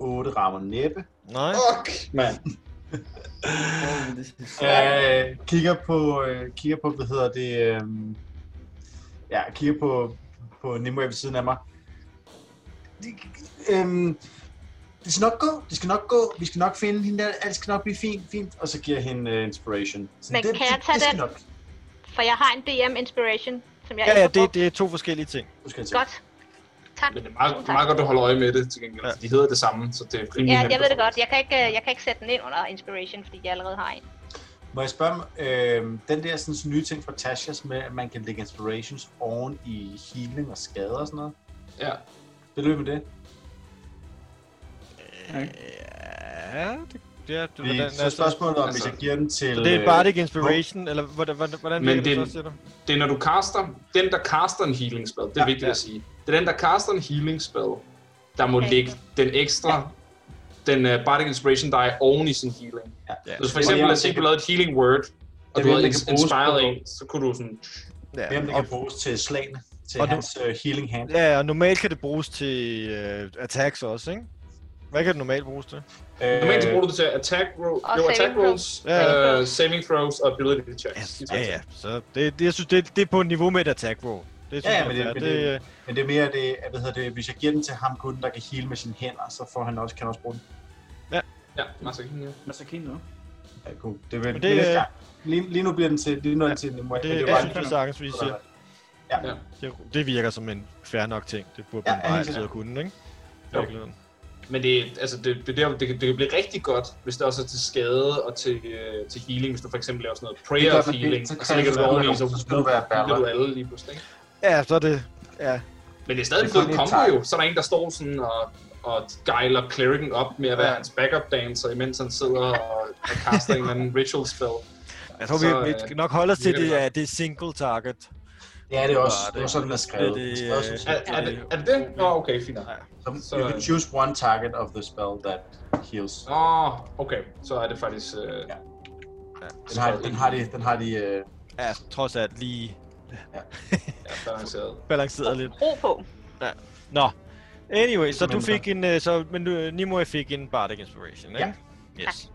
C: 8 rammer næppe.
B: nej.
D: Fuck, mand.
C: [laughs]
E: Oh, this is-
C: Øh, kigger på, øh, kigger på, hvad hedder det, øh, ja, kigger på, på Nimue ved siden af mig. Det, øh, det skal nok gå, det skal nok gå, vi skal nok finde hende der, alt skal nok blive fint, fint, og så giver jeg hende øh, inspiration. Så
F: Men kan jeg tage
C: det skal
F: den?
C: Nok.
F: For jeg har en DM Inspiration, som jeg
B: Ja,
F: ikke
B: ja,
F: har
B: det,
F: brugt.
B: det er to forskellige ting.
C: Nu skal jeg tage.
F: Godt. Tak.
D: Men det er meget, det er meget godt, du holder øje med det til gengæld.
B: Ja.
D: Ja. De hedder det samme, så det er rimelig
F: Ja,
D: nemt
F: jeg
D: at
F: ved det
D: få.
F: godt. Jeg kan, ikke, øh, jeg kan ikke sætte den ind under Inspiration, fordi jeg allerede har en.
C: Må jeg spørge, om, øh, den der sådan, nye ting fra Tashas med, at man kan lægge inspirations oven i healing og skader og sådan noget,
D: Ja.
C: vil du med det?
B: Ja, det, ja, det,
C: Vi,
B: hvordan,
C: så er spørgsmålet om, hvis jeg giver den til...
B: altså, Så det er
C: øh,
B: Bardic Inspiration, eller hvordan, hvordan, hvordan
D: Men
B: virker det,
D: det-
B: så, siger du?
D: Det er, når du caster... Den, der caster en healing spell, det
C: Ja,
D: er ja, vigtigt
C: ja.
D: ja. at sige. Det er den, der caster en healing spell, der må
F: Okay.
D: okay. lægge den ekstra... Ja. Den uh, Bardic Inspiration, der er oven i sin healing.
B: Ja.
D: Hvis for eksempel,
C: Og
D: lad
C: jeg-
D: os sige, du lavede et healing word, og
C: Jeg
D: du
C: ved, den
D: havde
C: kan
D: ins-
C: bruges
D: inspired
C: på-
D: en, så kunne du sådan...
B: Ja,
C: Hvem det
B: og-
C: kan bruges til slagene, til
B: Og nu-
C: hans øh, healing hand.
B: Ja, og normalt kan det bruges til øh, attacks også, ikke? Hvad kan det normalt bruges til?
C: Øh,
D: Normalt så bruger du det til attack, ro-
F: Og
D: jo, attack
F: saving
D: rolls,
B: Ja, ja.
D: uh, saving throws og ability checks.
B: Ja, ja. Så det, det, jeg synes, det, det er på niveau med et attack roll. Det øh, synes
C: Ja,
B: jeg
C: men
B: er
C: det-
B: fair.
C: men det- Men det er mere det, at, hvad hedder det, hvis jeg giver den til ham kun, der kan heal med sine hænder, så får han også, kan også bruge den.
D: Ja, masser af ja.
E: Mads Akin nu.
C: Ja, cool. Det vil,
B: Men
C: det,
B: det,
C: det,
B: øh,
C: ja. lige, lige, nu bliver den til, lige nu er den til, ja,
B: det, det, det,
E: var
B: det synes jeg
E: en-
B: sagtens, vi
C: øh,
B: siger.
C: Ja,
D: Ja.
C: ja.
B: Det, det virker som en fair nok ting. Det burde
C: Ja,
B: man bare
C: helt
B: altid
C: sikkert.
B: at kunne, ikke?
D: Jo.
B: Virkeligheden.
D: Men det, altså det, det, er der, det, kan, det kan blive rigtig godt, hvis det også er til skade og til, øh, til healing, hvis du for eksempel laver sådan noget prayer
C: Det er
D: det
C: godt, men
D: healing,
C: det- så
D: og så ligger du
C: kræver det,
D: oveni, så
C: så skal du være
D: bliver du alle lige pludselig. ikke?
B: Ja, så er det... Ja,
D: Men det er stadig en
C: Det er
D: fed
C: kun en
D: combo
C: tag.
D: jo, så er der en, der står sådan og, og gejler clericen op med at være
B: Ja.
D: hans backup dancer, imens han sidder og, og kaster en eller anden ritual spell.
B: jeg tror,
D: Så,
B: vi, vi
D: øh,
B: skal nok holde os til,
D: virker det
B: det,
D: godt.
B: at det er single target.
C: ja, det er også
B: Bare
C: det er
B: det.
C: sådan, den er skrevet.
B: Det- det,
C: Det, det, er
B: øh,
C: sådan,
D: Er, er, det, er det det? Nå, okay, fint.
B: Ja.
C: som,
D: så-
C: you can choose one target of the spell that heals.
D: Åh, okay, så er det faktisk... Øh,
C: Ja. Den
D: så
C: har, den har de, den har de, øh,
B: Ja, trods alt lige
D: Ja, balanceret.
B: balanceret lidt.
F: Ro på.
B: Nå. Anyway, så du
C: Mindre.
B: fik en, øh, så, men du, Nimue fik en Bardic Inspiration, ikke? Ja. Yes.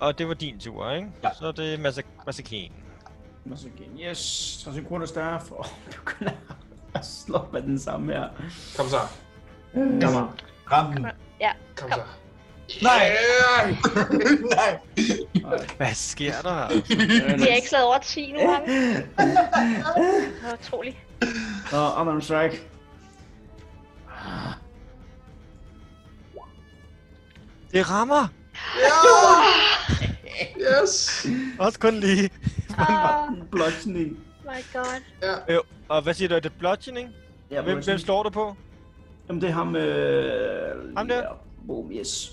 B: Og det var din tur, ikke?
C: Ja.
B: Så er det er Masa- Masakin.
E: Mads Akin. Yes, så synkroner staff. [laughs] Åh, oh, du kan at slå med den samme her.
D: Kom så,
E: Kom on.
C: ram den.
F: Ja.
D: kom
F: Kom.
D: så.
C: Nej!
D: Yeah!
C: [laughs] Nej!
B: Hvad sker der her?
F: De har ikke slået over 10 nu,
B: [laughs]
F: har vi? Det er utroligt.
E: Og unarmed strike.
B: Det rammer!
D: Yes!
B: Også kun lige.
F: Oh
E: Bludgeoning.
F: my god.
B: Øh, og hvad siger du, er det bludgeoning?
E: Ja,
B: Hvem, hvem
E: bludgeoning.
B: slår du på?
E: Jamen, det er ham... Øh...
B: Ham der?
E: Ja, boom, yes.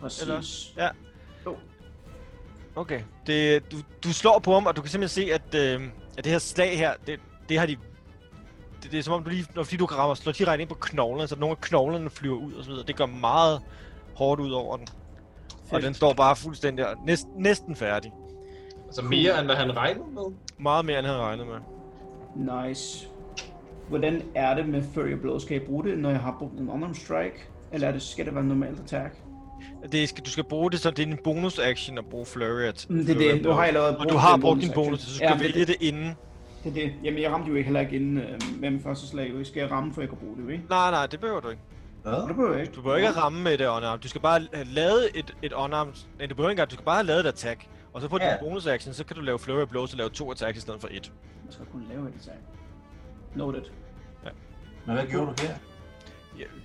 E: Præcis.
B: Eller-
E: Eller?
B: ja.
E: Jo.
B: Okay. Det, du, du slår på ham, og du kan simpelthen se, at, øh, at det her slag her, det, det har de... Det, det er som om, du lige, når, fordi du rammer, slår direkte ind på knoglerne, så nogle af knoglerne flyver ud og så videre. Det gør meget hårdt ud over den. Og
E: Fedt.
B: den står bare fuldstændig og næst, næsten færdig.
D: Altså mere, end hvad han regnede med.
B: Meget mere, end han regnede med.
E: Nice. Hvordan er det med Furry Blow? Skal jeg bruge det, når jeg har brugt en unarmed strike? Eller er det, skal det være en normal attack?
B: Det skal, du skal bruge det, så det er en bonus action at bruge flurry at,
E: Mm, det er det. Nu har jeg allerede
B: Og du har
E: den
B: brugt din
E: action.
B: bonus, så du skal
E: Ja,
B: ja,
E: det,
B: vælge det inden.
E: det, er det. Jamen, jeg ramte jo ikke heller ikke inden øh, med min første slag. jo. Skal jeg ramme, for jeg kan bruge det, jo, ikke?
B: Nej, nej, det behøver du ikke.
C: Hvad?
E: Og det behøver jeg ikke.
B: Du behøver ikke at ramme med det unarmed. Du skal bare have lavet et, et unarmed... Nej, du behøver ikke engang. Du skal bare have lavet et attack. Og så på ja.
C: Ja.
B: din bonus action, så kan du lave flurry of blows og lave to attacks i stedet for et.
E: Jeg skal kun lave et attack. Noted.
C: Men hvad gjorde du der?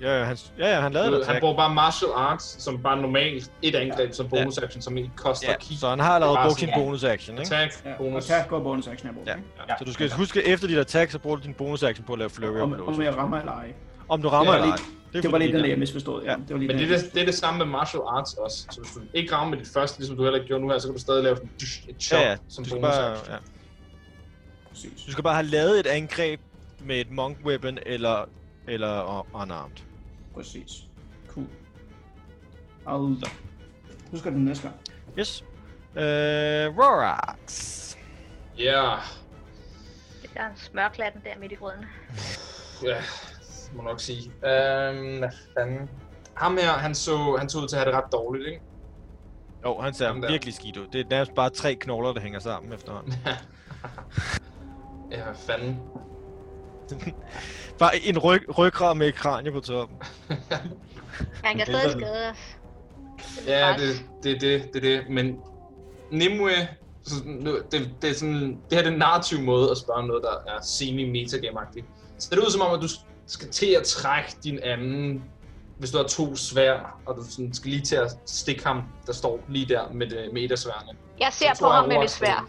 B: Ja, ja, han, ja, ja, han lavede det.
D: ved, han bruger bare martial arts, som bare normalt et angreb som bonus action, som ikke koster
B: ja,
D: at kigge.
B: så han har allerede
D: Bare
B: brugt sin
C: sådan, ja.
B: bonus action, ikke?
D: Attack,
E: Ja, og
D: bonus.
E: attack og bonus action, jeg bruger.
B: Ja.
E: ikke?
C: Ja.
B: Så du skal huske, efter dit attack, så bruger du din bonus action på at lave flurry
E: Om,
B: om,
E: om jeg rammer eller ej.
B: om du rammer
D: Ja,
B: eller ej. er
E: Det var
B: fordi,
E: lige den,
B: ja.
E: jeg misforstod. Ja,
B: Ja,
E: det var lige
D: Men
E: den,
D: det er
E: jeg
D: det, det er det samme med martial arts også. Så hvis du ikke rammer med dit første, ligesom du heller ikke gjorde nu her, så kan du stadig lave sådan dysh, et chop
B: Ja, ja.
D: som
B: Du skal,
D: bonus
B: bare,
D: action.
B: ja.
E: misforstod.
B: du skal bare have lavet et angreb med et monk weapon eller, eller unarmed.
E: Præcis. Cool. I'll... Husker den næste gang.
B: Yes. Øh, Rorax.
D: Ja,
F: Der er en smørklatten der midt i grøden.
D: ja, må nok sige. Øhm, hvad fanden? Ham her, han så, han så ud til at have det ret dårligt, ikke?
B: Jo, han
D: Ham
B: ser
D: der.
B: virkelig skidt ud. Det er nærmest bare tre knogler, der hænger sammen efterhånden.
D: Ja, hvad fanden.
B: Bare en ryg, ryggrad med et kranje på toppen.
F: Han kan stadig skade os.
D: Ja, det det, det, det, det, men Nimue, så, nu, det, det, er sådan, det her er den narrative måde at spørge om noget, der er semi-metagame-agtigt. Så det er ud som om, at du skal til at trække din anden, hvis du har to svær, og du sådan, skal lige til at stikke ham, der står lige der med, det, med et af sværene.
F: Jeg ser
D: Jeg
F: på
D: tror,
F: ham
D: at
F: med
D: Roark
F: mit svær.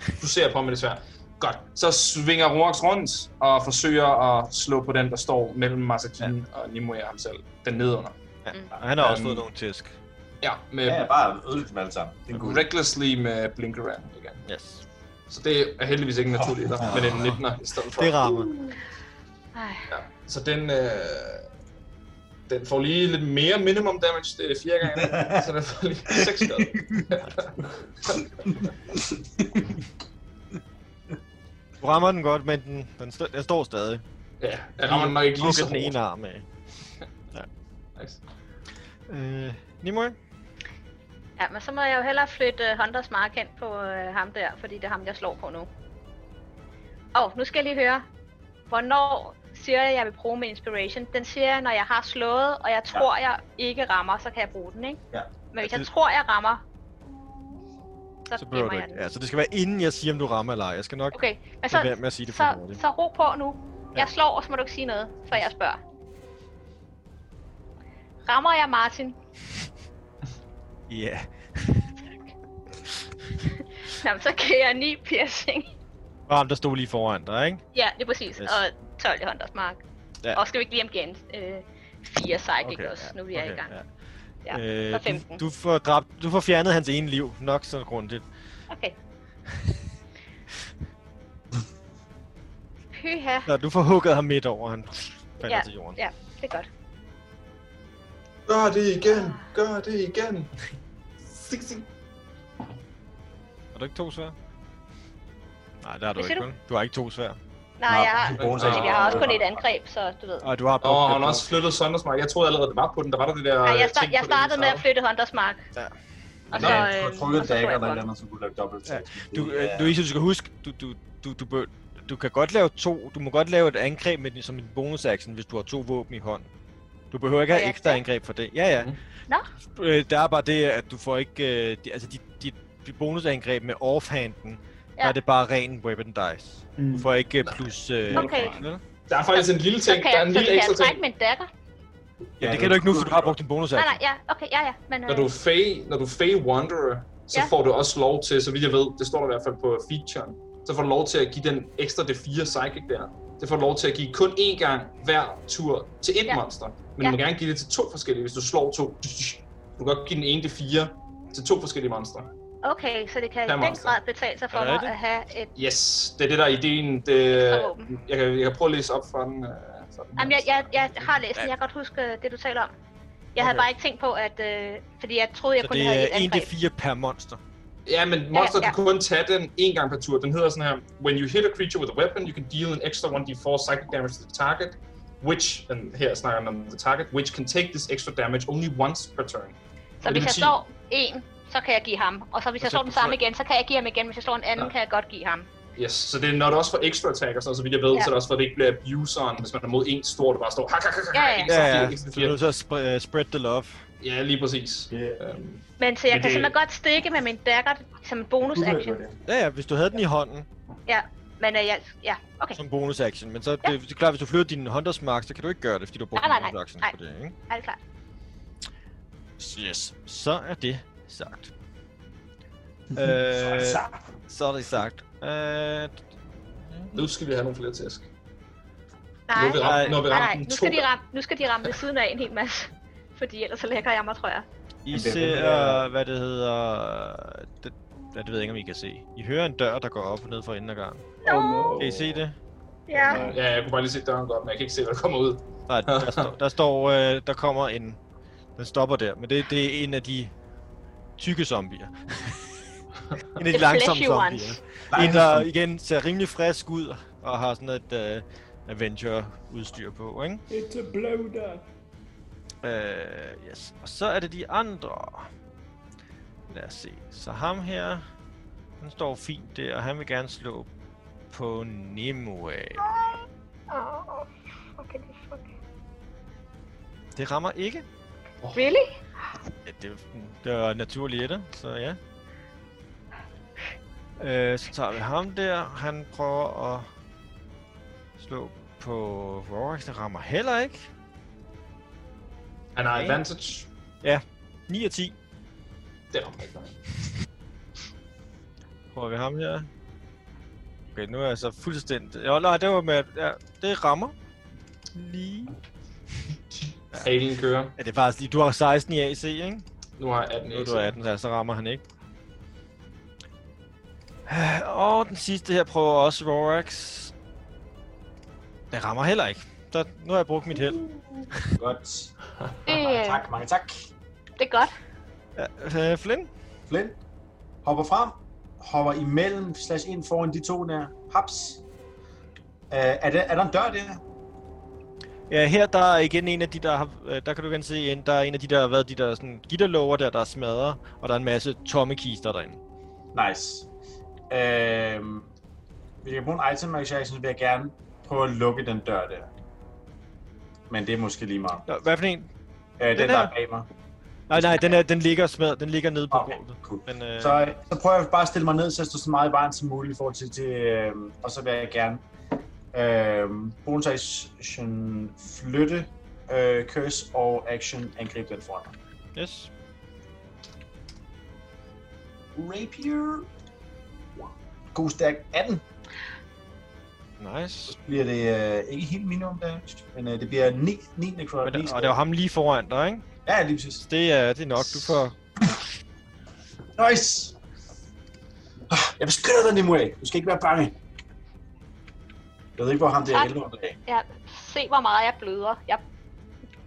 D: står- Du ser på ham med det svær. Godt. Så svinger Rorax rundt og forsøger at slå på den, der står mellem Masakine ja. og Nimue og ham selv. Den nedunder.
B: Og han har også
D: Øhm.
B: fået nogle tæsk.
D: Ja, med
C: Ja, bare ødelægge dem alle sammen. Det er en god idé.
D: recklessly med blinker igen.
B: Yes.
D: Så det er heldigvis ikke en naturlig etter, men en 19'er i stedet for.
B: Det rammer.
F: Ej,
D: Ja. Så den, øh, den får lige lidt mere minimum damage, det er fire
C: [laughs]
D: gange, så den får lige 6 skade.
B: Du rammer den godt, men den, den, st- den står stadig.
D: ja, den rammer den nok ikke lige
B: Lige
D: så
B: den ene
D: hårdt.
B: arm af.
D: Nice.
B: Øh, Nimue?
F: ja, men så må jeg jo hellere flytte øh, Hunters Mark hen på øh, ham der, fordi det er ham, jeg slår på nu. Og nu skal jeg lige høre. Hvornår siger jeg, at jeg vil bruge min inspiration? Den siger jeg, når jeg har slået, og jeg tror, jeg ikke rammer, så kan jeg bruge den, ikke?
C: Ja.
F: Men hvis jeg
B: det-
F: tror, jeg rammer, så,
B: Så behøver
F: gemmer
B: du
F: jeg
B: ikke.
F: den.
B: Ja, så det skal være inden jeg siger, om du rammer eller ej. Jeg skal nok
F: Okay, men
B: lade være
F: så,
B: med at sige det for
F: så,
B: hurtigt.
F: så ro på nu.
B: Ja.
F: Jeg slår, og så må du ikke sige noget, før jeg spørger. Rammer jeg Martin?
B: Ja.
F: Jamen, så kan jeg 9 piercing.
B: Og ham, der stod lige foran dig, ikke?
F: Ja, det er præcis.
B: Yes.
F: Yes. Og 12 i Hunters Mark.
B: Ja.
F: Ja. Og skal vi ikke lige om igen? Øh, 4 psychic okay, også, nu vi er i gang.
B: Ja.
F: Ja,
B: Øh,
F: så
B: du,
F: 15.
B: du, får dræbt, du får fjernet hans ene liv nok så grundigt.
F: Okay. Pyha.
B: Så du får hugget ham midt over, han falder
F: Ja,
B: til jorden.
F: ja, det er godt.
D: Gør det igen! Gør det igen! Sik, sik.
B: Har du ikke to svær? Nej, det har du
F: Hvad
B: ikke,
F: siger
B: vel? Du har ikke to svær.
F: Nej,
C: Nå,
F: jeg har,
C: bonus
F: fordi
D: action.
F: jeg har også kun et angreb, så du ved.
B: Og du har
D: Åh, oh, han har også flyttet Søndersmark. Jeg troede allerede, det var på den. Der var der det der
F: Nej, jeg,
D: øh,
F: star-
D: ting
F: jeg
D: på den
F: startede med
D: ene
F: at flytte Hunters Mark.
B: Ja.
F: Og
C: Så,
F: så,
C: ja,
F: øh,
C: du trykket
F: og så
C: dagger
F: slog jeg
C: eller et
F: godt.
C: eller andet, som kunne lave dobbelt
B: Ja.
C: ja.
B: Du, øh, Louise, du skal huske, du, du, du, du, bør, du kan godt lave to, du må godt lave et angreb med, din- som en bonus action, hvis du har to våben i hånden. Du behøver ikke
F: Må
B: have
F: jeg
B: ekstra
F: det?
B: angreb for det. Ja, ja.
D: Mhm.
F: Nå.
B: Øh, Der er bare det, at du får ikke, øh, de- altså dit, dit, dit bonusangreb med offhanden, ja. der
F: Ja.
B: er det bare ren weapon dice. Du får ikke øh, plus... Øh,
F: Okay.
B: vel?
D: side. Der er faktisk en lille
F: Så
D: ting.
F: kan
D: Der
F: jeg,
D: er en
F: så
D: lille
F: kan
D: ekstra
F: jeg trække
D: ting.
F: min dagger.
B: Ja, det kan du ikke nu, for du har brugt din bonus
F: Nej,
B: action.
F: nej, ja, okay, ja, ja. Men,
D: Når
F: øh,
D: du er fey, når du er fey wanderer, så
F: Ja.
D: får du også lov til, så vidt jeg ved, det står der i hvert fald på featuren, så får du lov til at give den ekstra D4 psychic der. Det får du lov til at give kun én gang hver tur til et
F: Ja.
D: monster. Men
F: Ja.
D: du må gerne give det til to forskellige, hvis du slår to. Du kan godt give den ene D4 til to forskellige monstre.
F: Okay, så det kan i
D: Per
F: den
D: monster.
F: grad betale sig for
B: Er det
F: mig
B: rigtigt?
F: at have et...
D: Yes, det er det, der er ideen. Det,
F: Ekstra våben.
D: jeg, kan, jeg kan prøve at læse op fra den. øh, fra den
F: Jamen,
D: her.
F: jeg, jeg, jeg har læst den. Jeg kan godt huske øh, det, du taler om. Jeg havde
B: Okay.
F: bare ikke tænkt på, at... Øh, fordi jeg troede, jeg
B: Så
F: kun
B: det
F: havde et
B: er 1
F: angreb.
B: 4 per monster.
D: Ja, men monster
F: Ja,
D: ja,
F: ja.
D: ja. kan kun tage den en gang per tur. Den hedder sådan her, When you hit a creature with a weapon, you can deal an extra 1d4 psychic damage to the target, which, and her snakker den om the target, which can take this extra damage only once per turn.
F: Så
D: det
F: hvis
D: vil
F: jeg
D: sige-
F: slår en, så kan jeg give ham. Og så hvis
B: så
F: jeg slår den
B: du får-
F: samme igen, så kan jeg give ham igen. Hvis jeg slår en anden,
D: Ja.
F: kan jeg godt give ham.
D: Yes, så det er når du også får extra attack og sådan, så vidt jeg ved,
F: Ja.
D: ja. så er det også for, at det ikke bliver abuseren, hvis man er mod en stor, der bare står hak, hak, hak, hak,
F: Ja, ja.
D: ekstra
B: Ja,
D: fire,
B: ja.
D: ekstra
B: Så du er
D: fire.
B: nødt til at spre- øh, spread the love.
D: Ja, lige præcis.
C: Yeah.
D: Øhm,
F: Men så jeg kan
D: Men det-
F: simpelthen godt stikke med min dagger som en bonus action.
B: Ja, ja, hvis du havde den i hånden.
F: Ja, Men øh, jeg, ja, okay.
B: som bonus action. Men så det, det er klart, hvis du flytter din Hunters Mark, så kan du ikke gøre det, fordi du har brugt
F: Nej, nej,
B: din
F: nej,
B: bonus action
F: nej.
B: på det, ikke?
F: Alt klart.
B: Yes. Så er det
C: [laughs]
B: sagt. øh,
C: Så,
B: så er det sagt. Øh,
D: Nu skal vi have nogle flere tæsk. Nu
F: Nej,
D: har vi ramt, nu har vi
F: nej,
D: ramt
F: nej.
D: den
F: Nu
D: to
F: skal, de
D: gange.
F: ramme, nu skal de ramme ved siden af en hel masse. [laughs] Fordi ellers så lægger jeg mig, tror jeg.
B: I
C: Men det er
B: ser,
C: den der-
B: hvad det hedder... Det, ja, det ved jeg ikke, om I kan se. I hører en dør, der går op og ned for enden af gangen.
F: No!
E: no.
B: Kan I se det?
F: Ja.
D: Ja, jeg kunne bare lige se døren gå op, men jeg kan ikke se, hvad der kommer ud.
B: Nej, der, står, der, står, øh, der kommer en... Den stopper der, men det, det er en af de tykke zombier. en af de
F: The
B: langsomme
F: fleshy
B: zombier.
F: ones.
B: En, der igen ser rimelig frisk ud og har sådan et øh, Avenger-udstyr på, ikke?
E: It's a blowder.
B: Øh, yes. Og så er det de andre. Lad os se. Så ham her, han står fint der, og han vil gerne slå på Nimue.
F: Oh, fuck, det fuck.
B: Det rammer ikke.
F: Really?
B: Ja, det, det var naturligt etter, så ja. Øh, så tager vi ham der. Han prøver at slå på Rorax. Det rammer heller ikke.
D: Han har
E: Okay.
D: advantage.
B: 9 og 10.
D: Det rammer ikke. mig.
B: Prøver vi ham her. Okay, nu er jeg så fuldstændig... Jo, nej, det var med... Ja, det rammer. Lige...
D: Halen kører.
B: Ja, det er faktisk lige... Du har 16 i AC, ikke?
D: Nu har jeg 18
B: Nu er
D: AC.
B: du 18, så- så rammer han ikke. [sighs] Øh, Og den sidste her prøver også Rorax. Den rammer heller ikke. Så nu har jeg brugt mit held.
C: Godt.
F: Det,
C: Mange
F: øh,
C: tak, mange tak.
F: det er godt.
B: Ja, øh, Flynn?
C: Flynn hopper frem, hopper imellem, slash ind foran de to der. Haps. Øh, er, der, er der en dør der?
B: Ja, her der er igen en af de, der har, øh, der kan du igen se en, der er en af de, der har været de der sådan gitterlover der, der er smadret, og der er en masse tomme kister derinde.
C: Nice. Øh, hvis jeg kan bruge en item action, så vil jeg gerne prøve at lukke den dør der. Men det er måske lige meget.
B: Nå, hvad for en?
C: Øh, den,
B: Den
C: den der
B: her?
C: er bag mig.
B: Nej, nej, den, er, den ligger smadret, den ligger nede på
C: Okay,
B: gulvet.
C: cool.
B: Men øh,
C: Så, øh, så prøver jeg bare at stille mig ned, så jeg står så meget i vejen som muligt i forhold til, til øh, og så vil jeg gerne øh, bonus action flytte, øh, curse og action angribe den foran mig.
B: yes.
C: Rapier. God stærk 18
B: Nice.
C: bliver det øh, ikke helt minimum damage, men øh, det bliver 9, 9 necro.
B: Men,
C: 9
B: der- og det var ham lige foran dig, ikke?
C: Ja, lige præcis.
B: Så det er, det er nok, du får...
C: Nice! Ah, Jeg beskytter dig, Nimue. Du skal ikke være bange. Jeg ved ikke, hvor ham der
F: Tak.
C: er dag.
F: Ja, se hvor meget jeg bløder. Jeg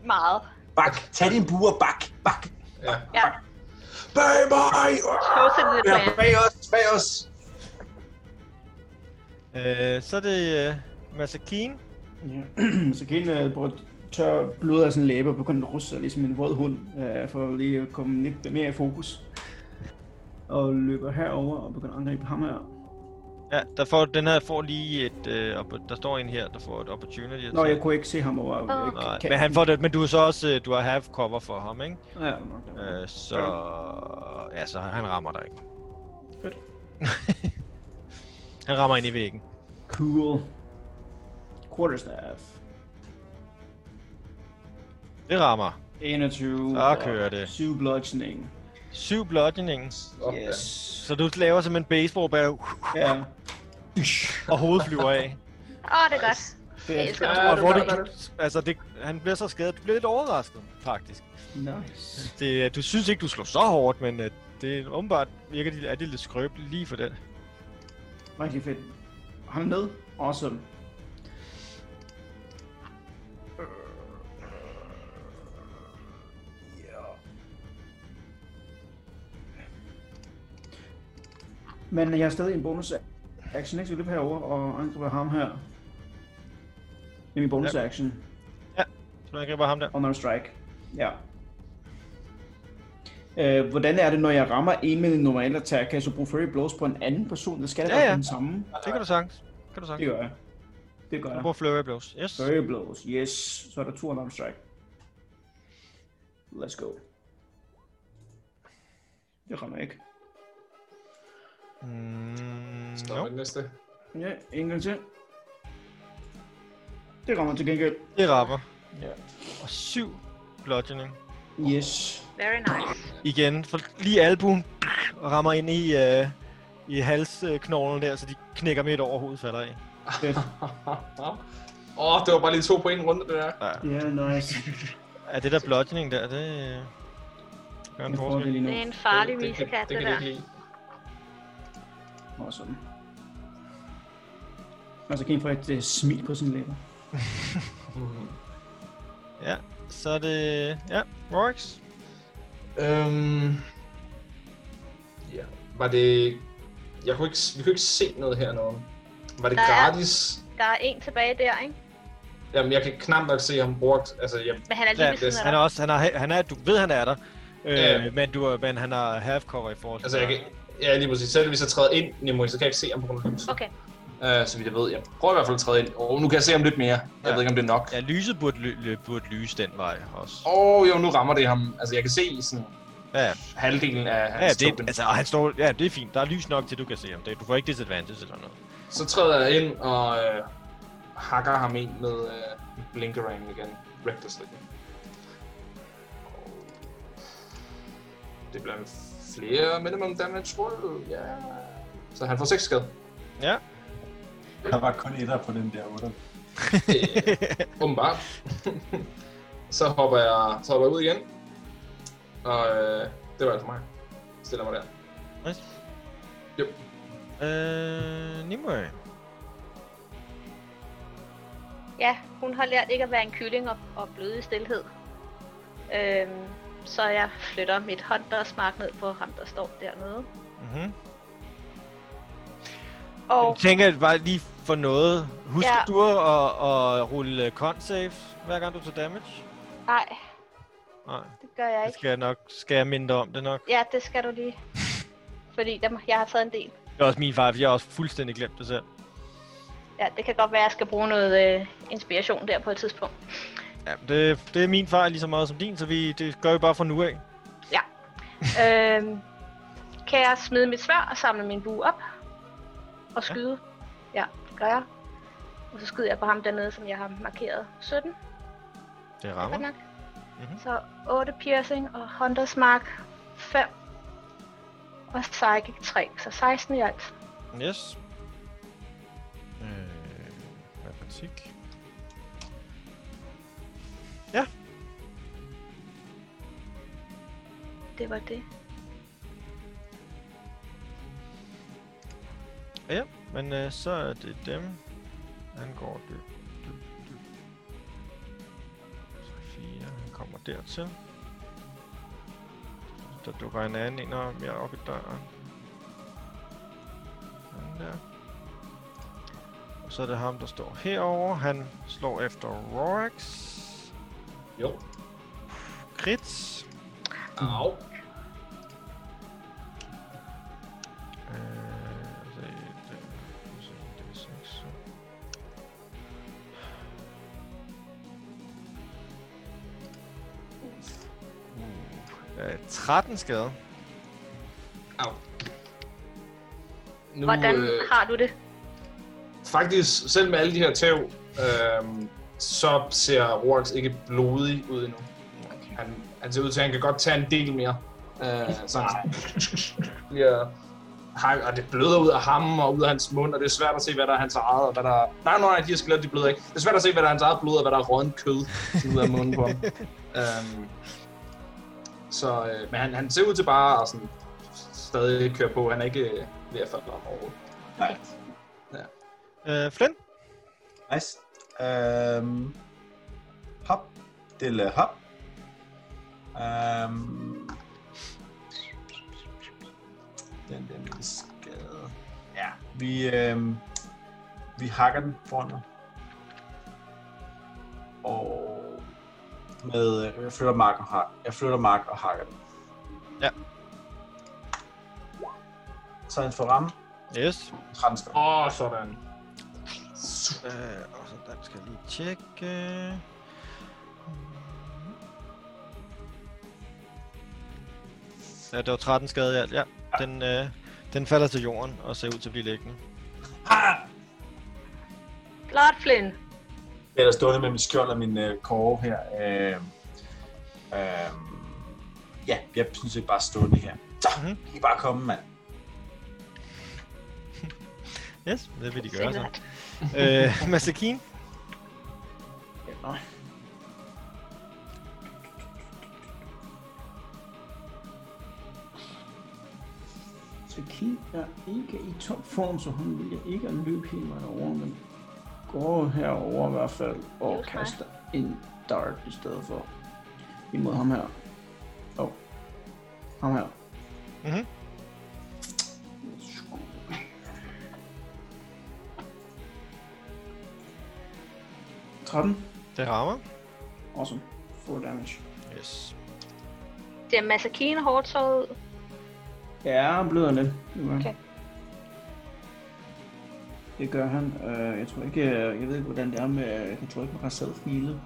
F: meget.
C: Bak! Tag din bue og bak! Bak!
D: Ja.
F: Ja,
C: Bag mig!
F: close it with
C: Ja,
F: plan.
C: bag os! Bag os!
B: Øh, så er det øh, Masakine.
E: Ja. [clears throat] så Kane øh, bruger tør blod af sin læbe og begynder at russe sig ligesom en våd hund, øh, for lige at komme lidt mere i fokus. Og løber herover og begynder at angribe ham her.
B: Ja, der får, den her får lige et... Øh, op- der står en her, der får et opportunity.
E: Nå, jeg kunne ikke se ham over.
F: Åh.
B: Nej, men han får det, men du er så også, øh, du har half cover for ham, ikke?
E: Ja, nok, nok.
B: Øh, så... Ja, så han rammer dig ikke.
E: Fedt.
B: [laughs] han rammer ind i væggen.
E: Cool. Quarterstaff.
B: Det rammer.
E: 21.
B: Så
E: og
B: kører det.
E: 7 bludgeoning.
B: Syv bludgeoning.
D: Op, ja.
E: Yes.
B: Så du laver simpelthen baseball bare,
E: Ja.
B: og hovedet flyver af.
F: Åh, det er godt. Jeg
E: Fedt.
F: elsker det.
D: Ja,
B: og hvor
D: det
B: det,
D: gør
B: altså det, han bliver så skadet, du bliver lidt overrasket, faktisk.
E: Nice.
B: Det, øh, du synes ikke, du slår så hårdt, men øh, det er åbenbart virker det, er det lidt skrøbeligt lige for den.
E: Rigtig fedt. Han er med. Awesome. Men jeg har stadig en bonus action, ikke? Så jeg løber herover og angriber ham her. Med min bonus action.
B: Så når jeg griber ham der.
E: Honor Strike. Ja. Øh, hvordan er det, når jeg rammer en med en normal attack? Kan jeg så bruge Furry Blows på en anden person? Det skal da
B: Ja,
E: ja,
B: ja.
E: ja. den samme.
B: Det kan du sagtens. Det kan du
E: Det
B: sagtens.
E: gør jeg. Det gør
B: Du
E: jeg.
B: bruger flurry of blows. Yes.
E: Furry Blows, yes. Så er der to Honor Strike. Let's go. Det rammer ikke.
B: Mm,
D: Så
B: no. Mm,
D: er det næste.
E: Ja, en gang til. Det rammer til gengæld.
B: Det rammer.
E: Ja.
B: Og syv bludgeoning.
E: Yes.
F: Very nice.
B: Igen, for lige albuen [laughs] og rammer ind i, øh, i halsknoglen der, så de knækker midt over hovedet falder af.
E: Fedt.
D: Åh, oh, det var bare lige to på en runde, det der.
E: Ja, nice.
B: Er det der bludgeoning der, det øh, gør en
E: Jeg får Mm. det
B: forskel.
E: lige nu.
F: Det er en farlig
D: det, det,
F: visekat,
D: det,
F: det
D: kan vi
F: der.
D: ikke lide.
E: Og sådan. Og så kan I få et uh, smil på sin læber.
B: Ja, så er det... Ja, Rorax.
D: Øhm... Ja, var det... Jeg kunne ikke, vi kunne ikke se noget hernede. Var det
F: Der er-
D: gratis?
F: Der er en tilbage der, ikke?
D: Jamen, jeg kan knap nok se ham brugt. Altså, jeg,
F: Men han er lige
B: Ja,
F: ved siden af
B: Han er
F: dig.
B: også, han er, han er, du ved, han er der. Øh,
D: Ja.
B: men, du, er- men han har half cover i forhold til
D: altså jeg
B: dig.
D: kan, ja, lige præcis. Selv hvis jeg træder ind, Nemo, så kan jeg ikke se ham på grund af lyset.
F: Okay.
D: Øh, så vidt jeg ved. Jeg prøver i hvert fald at træde ind. Og nu kan jeg se ham lidt mere. Jeg
B: Ja.
D: ved ikke, om det er nok.
B: Ja, lyset burde, ly, ly- burde lyse den vej også.
D: Åh, oh, jo, nu rammer det ham. Altså, jeg kan se sådan
B: Ja,
D: halvdelen af
B: ja,
D: hans
B: det,
D: token.
B: altså, og han står, ja, det er fint. Der er lys nok til, du kan se ham. Det- Du får ikke disadvantage eller noget.
D: Så træder jeg ind og øh, hakker ham ind med øh, Blinkerang igen. Recklessly. Det bliver en flere minimum damage roll. Ja. Så han får 6 skade.
B: Ja.
C: Der var kun etter på den der otter.
D: Øh, Åbenbart. [laughs] så, hopper jeg, så hopper jeg ud igen. Og øh, det var alt for mig. Stiller mig der.
B: Nice.
D: Jo.
B: Øh, Nimue.
F: Ja, hun har lært ikke at være en kylling og, og bløde i stillhed. Øhm, så jeg flytter mit hånddersmark ned på ham, der står dernede.
B: Mm-hmm.
F: Og
B: Jeg tænker bare lige for noget. Husk
F: Ja.
B: ja. du at, at rulle con save, hver gang du tager damage?
F: nej,
B: Nej,
F: det gør jeg
B: det
F: ikke.
B: skal jeg nok skal jeg mindre om det nok.
F: Ja, det skal du lige. Fordi dem, jeg har taget en del.
B: Det er også min fejl, for jeg har også fuldstændig glemt det selv.
F: Ja, det kan godt være, at jeg skal bruge noget øh, inspiration der på et tidspunkt.
B: Ja, det, det er min fejl lige så meget som din, så vi, det gør vi bare fra nu af.
F: øhm, kan jeg smide mit svær og samle min bue op? Og skyde? Ja. ja, det gør jeg. Og så skyder jeg på ham dernede, som jeg har markeret. 17,
B: Det
F: er det godt
B: rammer.
F: nok?
B: Mhm.
F: Mm-hmm. Så 8 piercing og Hunters Mark 5. Og Psychic 3, så 16 i alt.
B: Yes. Øh, matematik.
F: Det var det.
B: Ja, men øh, så er det dem. Angår det. det, det. Så fire, han kommer dertil. Der dukker en anden en op, mere op i døren. Sådan der. Og så er det ham, der står herover. Han slår efter Rorax.
D: Jo.
B: Krits.
D: Au.
B: Øh, altså, det er- plus en, det er seks, så- Uh, øh, 13 skade.
D: Au. Nu,
F: Hvordan
D: øh,
F: har du det?
D: faktisk, selv med alle de her tæv, øh, så ser Rorax ikke blodig ud endnu. Han, han ser ud til, at han kan godt tage en del mere. Øh, så han bliver... hak- Og det bløder ud af ham og ud af hans mund, og det er svært at se, hvad der er hans eget, og hvad der er... Nej, nej, nej, de her skeletter, de bløder ikke. Det er svært at se, hvad der er hans eget blod, og hvad der er rådent kød sådan ud af munden på ham. øhm, så, øh, men han, han ser ud til bare at sådan, stadig køre på. Han er ikke øh, ved at falde om overhovedet.
C: Nej.
B: Øh, Flynn?
C: Nice. Um, hop. Stille hop. Um, den der lille skade. Ja, vi, øhm, vi hakker den foran mig. Og med, øh, jeg flytter mark og hak. Jeg flytter mark og hakker den.
B: Ja.
C: Så han får ramme.
B: Yes.
C: 13 skade.
D: Åh, oh, sådan.
B: Øh, og så der skal jeg lige tjekke. Ja, det var 13 skade i alt, ja. Den, øh, den falder til jorden og ser ud til at blive liggende.
C: Ah!
F: godt, Flynn.
C: Jeg er der stående med min skjold og min øh, kåre her. Øh, øh, ja, jeg synes, det er bare stående her. Så,
B: Mhm.
C: mm-hmm. I kan bare komme, mand.
B: Yes, det vil de gøre så.
F: Sikkert.
B: Øh, Masakin,
E: Ja. Så Kim er ikke i topform, så hun vil ikke at løbe hele vejen over, men går herover i hvert fald og
F: Hjælp mig.
E: kaster en dart i stedet for imod ham her. Og ham her.
B: Mhm.
E: Sku- Tretten.
B: det rammer.
E: Awesome. 4 damage.
B: Yes.
F: Det er Masakine hårdt såret ud.
E: Ja, han bløder lidt. Det gør han.
F: Okay.
E: Det gør han. Øh, jeg tror ikke, øh, jeg ved ikke, hvordan det er med, øh, jeg tror ikke, man har selv healet.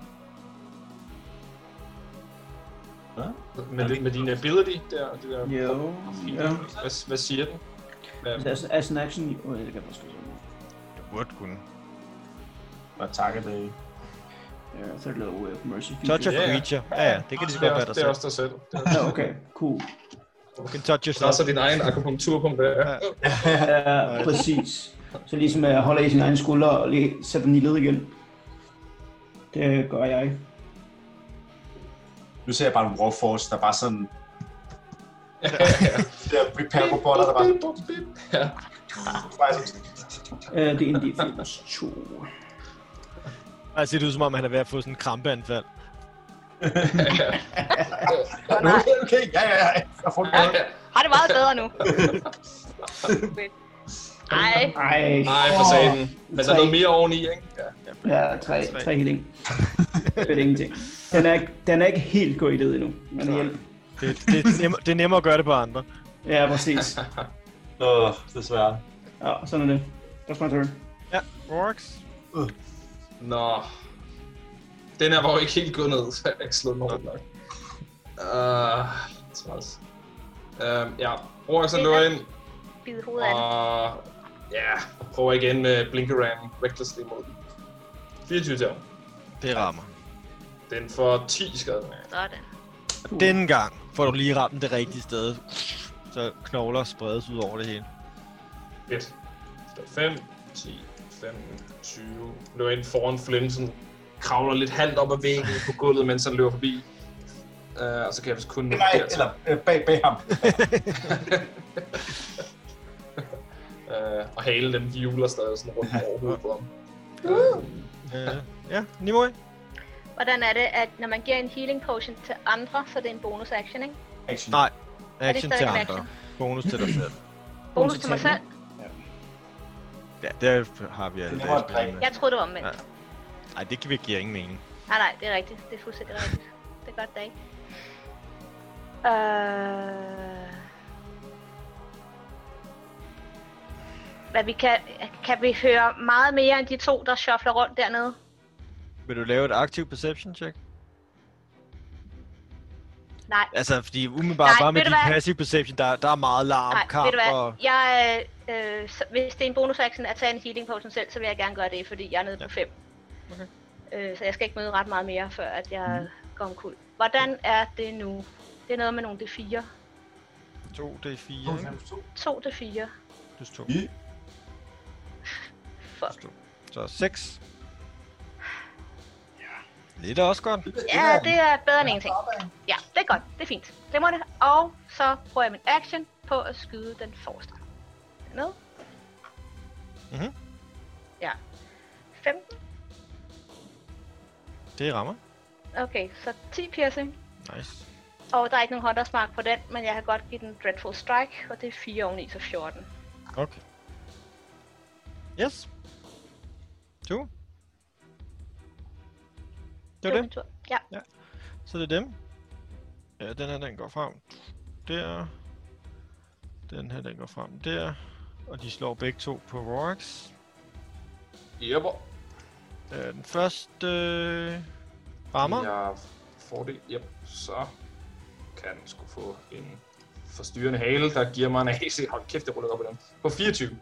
D: Med, med din ability der, og det der...
E: Jo, ja.
D: Hvad, hvad siger den?
E: Altså, altså, altså en action... Åh, det kan jeg måske sige.
B: Det burde kunne.
C: Og takker det.
E: Ja, så er det lavet uh, Mercy.
B: Touch
E: feature.
B: of
D: Ja, ja.
B: creature. Ja, ja, det kan de så godt være dig
D: Det er
B: selv.
D: også dig selv.
E: Nå, okay, cool.
B: You can touch
D: Der er
B: yourself.
D: så din egen akupunkturpunkt der.
B: Ja.
E: Ja, præcis. Så ligesom jeg holder i sin egen skulder og lige sætter den i led igen. Det gør jeg.
C: Nu ser jeg bare nogle Warforce, der bare sådan...
B: [laughs]
C: de der repair-robotter, der bare...
D: Ja.
C: bare sådan,
E: Øh, det er en D4 plus 2.
B: Ej, ser det ud som om, han er ved at få sådan en krampeanfald.
C: "Nå, okay, okay, ja, ja, ja. Jeg får det.
F: Har det meget [laughs] bedre nu? Nej,
E: Ej,
D: Nej, for satan. Men der er noget mere oveni, ikke? Ja.
E: Ja, tre,
B: Tre.
E: tre healing. Det er ingenting. Den er, ikke- den er ikke helt gået i det endnu, men hjælp.
B: Det, det, er nem, det er nemmere at gøre det på andre.
E: Ja, præcis.
C: Nå, desværre.
E: Ja, sådan er det. That's my turn.
B: Ja, Rorax.
D: Nå. Den her var jo ikke helt gået ned, så jeg har ikke slået den hårdt nok. Uh, træls. Uh, ja, Roraxen løber ind,
F: bid hovedet af det.
D: og ja, prøver igen med Blinkeran recklessly mod den. 24 til ham.
B: Det rammer.
D: Den får 10 skade.
F: Sådan.
B: Denne gang får du lige ramt det rigtige sted. Så knogler spredes ud over det hele.
D: 1. 5, 10, 15, 20. Løber ind foran Flynn, sådan kravler lidt halvt op ad væggen på gulvet, mens han løber forbi. Uh, og så kan jeg vist kun... nå
C: Nej,
D: dertil.
C: eller øh, bag, bag ham.
D: Øh, og halen den hjuler stadig sådan rundt over hovedet på ham.
B: Øh, ja, Nimue.
F: Hvordan er det, at når man giver en healing potion til andre, så er det en bonus action, ikke?
C: Action.
B: Nej.
F: Er det
B: Action
F: stadig
B: til
F: en
B: andre. Bonus til dig selv.
F: Bonus til mig selv?
B: Ja, der har vi alle
C: Det var et
B: deres spil med.
F: Jeg troede, det var omvendt.
B: Ja. Nej, det giver giver ingen mening.
F: Nej, nej, det er rigtigt. Det er fuldstændig rigtigt. Det er godt dag. Øh... Hvad vi kan, kan vi høre meget mere end de to, der shuffler rundt dernede?
B: Vil du lave et aktiv perception check?
F: Nej.
B: Altså, fordi umiddelbart
F: Nej,
B: bare med
F: ved du
B: din
F: hvad?
B: passive perception, der, der er meget larm,
F: Nej,
B: kamp
F: ved du hvad?
B: og...
F: Jeg, øh, øh, så- hvis det er en bonus action at tage en healing potion selv, så vil jeg gerne gøre det, fordi jeg er nede på 5.
B: Okay.
F: Øh, så jeg skal ikke møde ret meget mere, før at jeg
B: Mhm.
F: går omkuld. Hvordan er det nu? Det er noget med nogle D4.
B: 2, det er 4, ikke?
F: 2 D4.
B: Plus 2.
C: Ja.
F: Fuck.
B: Så 6. Ja. Det er da også godt.
F: Ja, det er bedre end ingenting. Ja, det er godt. Det er fint. Glimrende. Og så bruger jeg min action på at skyde den forreste. Er I Med?
B: Mhm.
F: Ja. 15.
B: Det rammer.
F: Okay, så 10 piercing.
B: Nice.
F: Og der er ikke nogen hunters mark på den, men jeg kan godt give den Dreadful Strike, og det er 4 oveni, så 14.
B: Okay. Yes. Du. Det var det.
F: min tur. Ja,
B: Så det er dem. Ja, den her, den går frem der. Den her, den går frem der. Og de slår begge to på Rorax.
D: Jep.
B: Øh, den første øh, rammer. Ja.
D: Jeg får det. Jep. Så kan den sgu få en forstyrrende hale, der giver mig en AC. Hold kæft, jeg ruller op på den. På 24.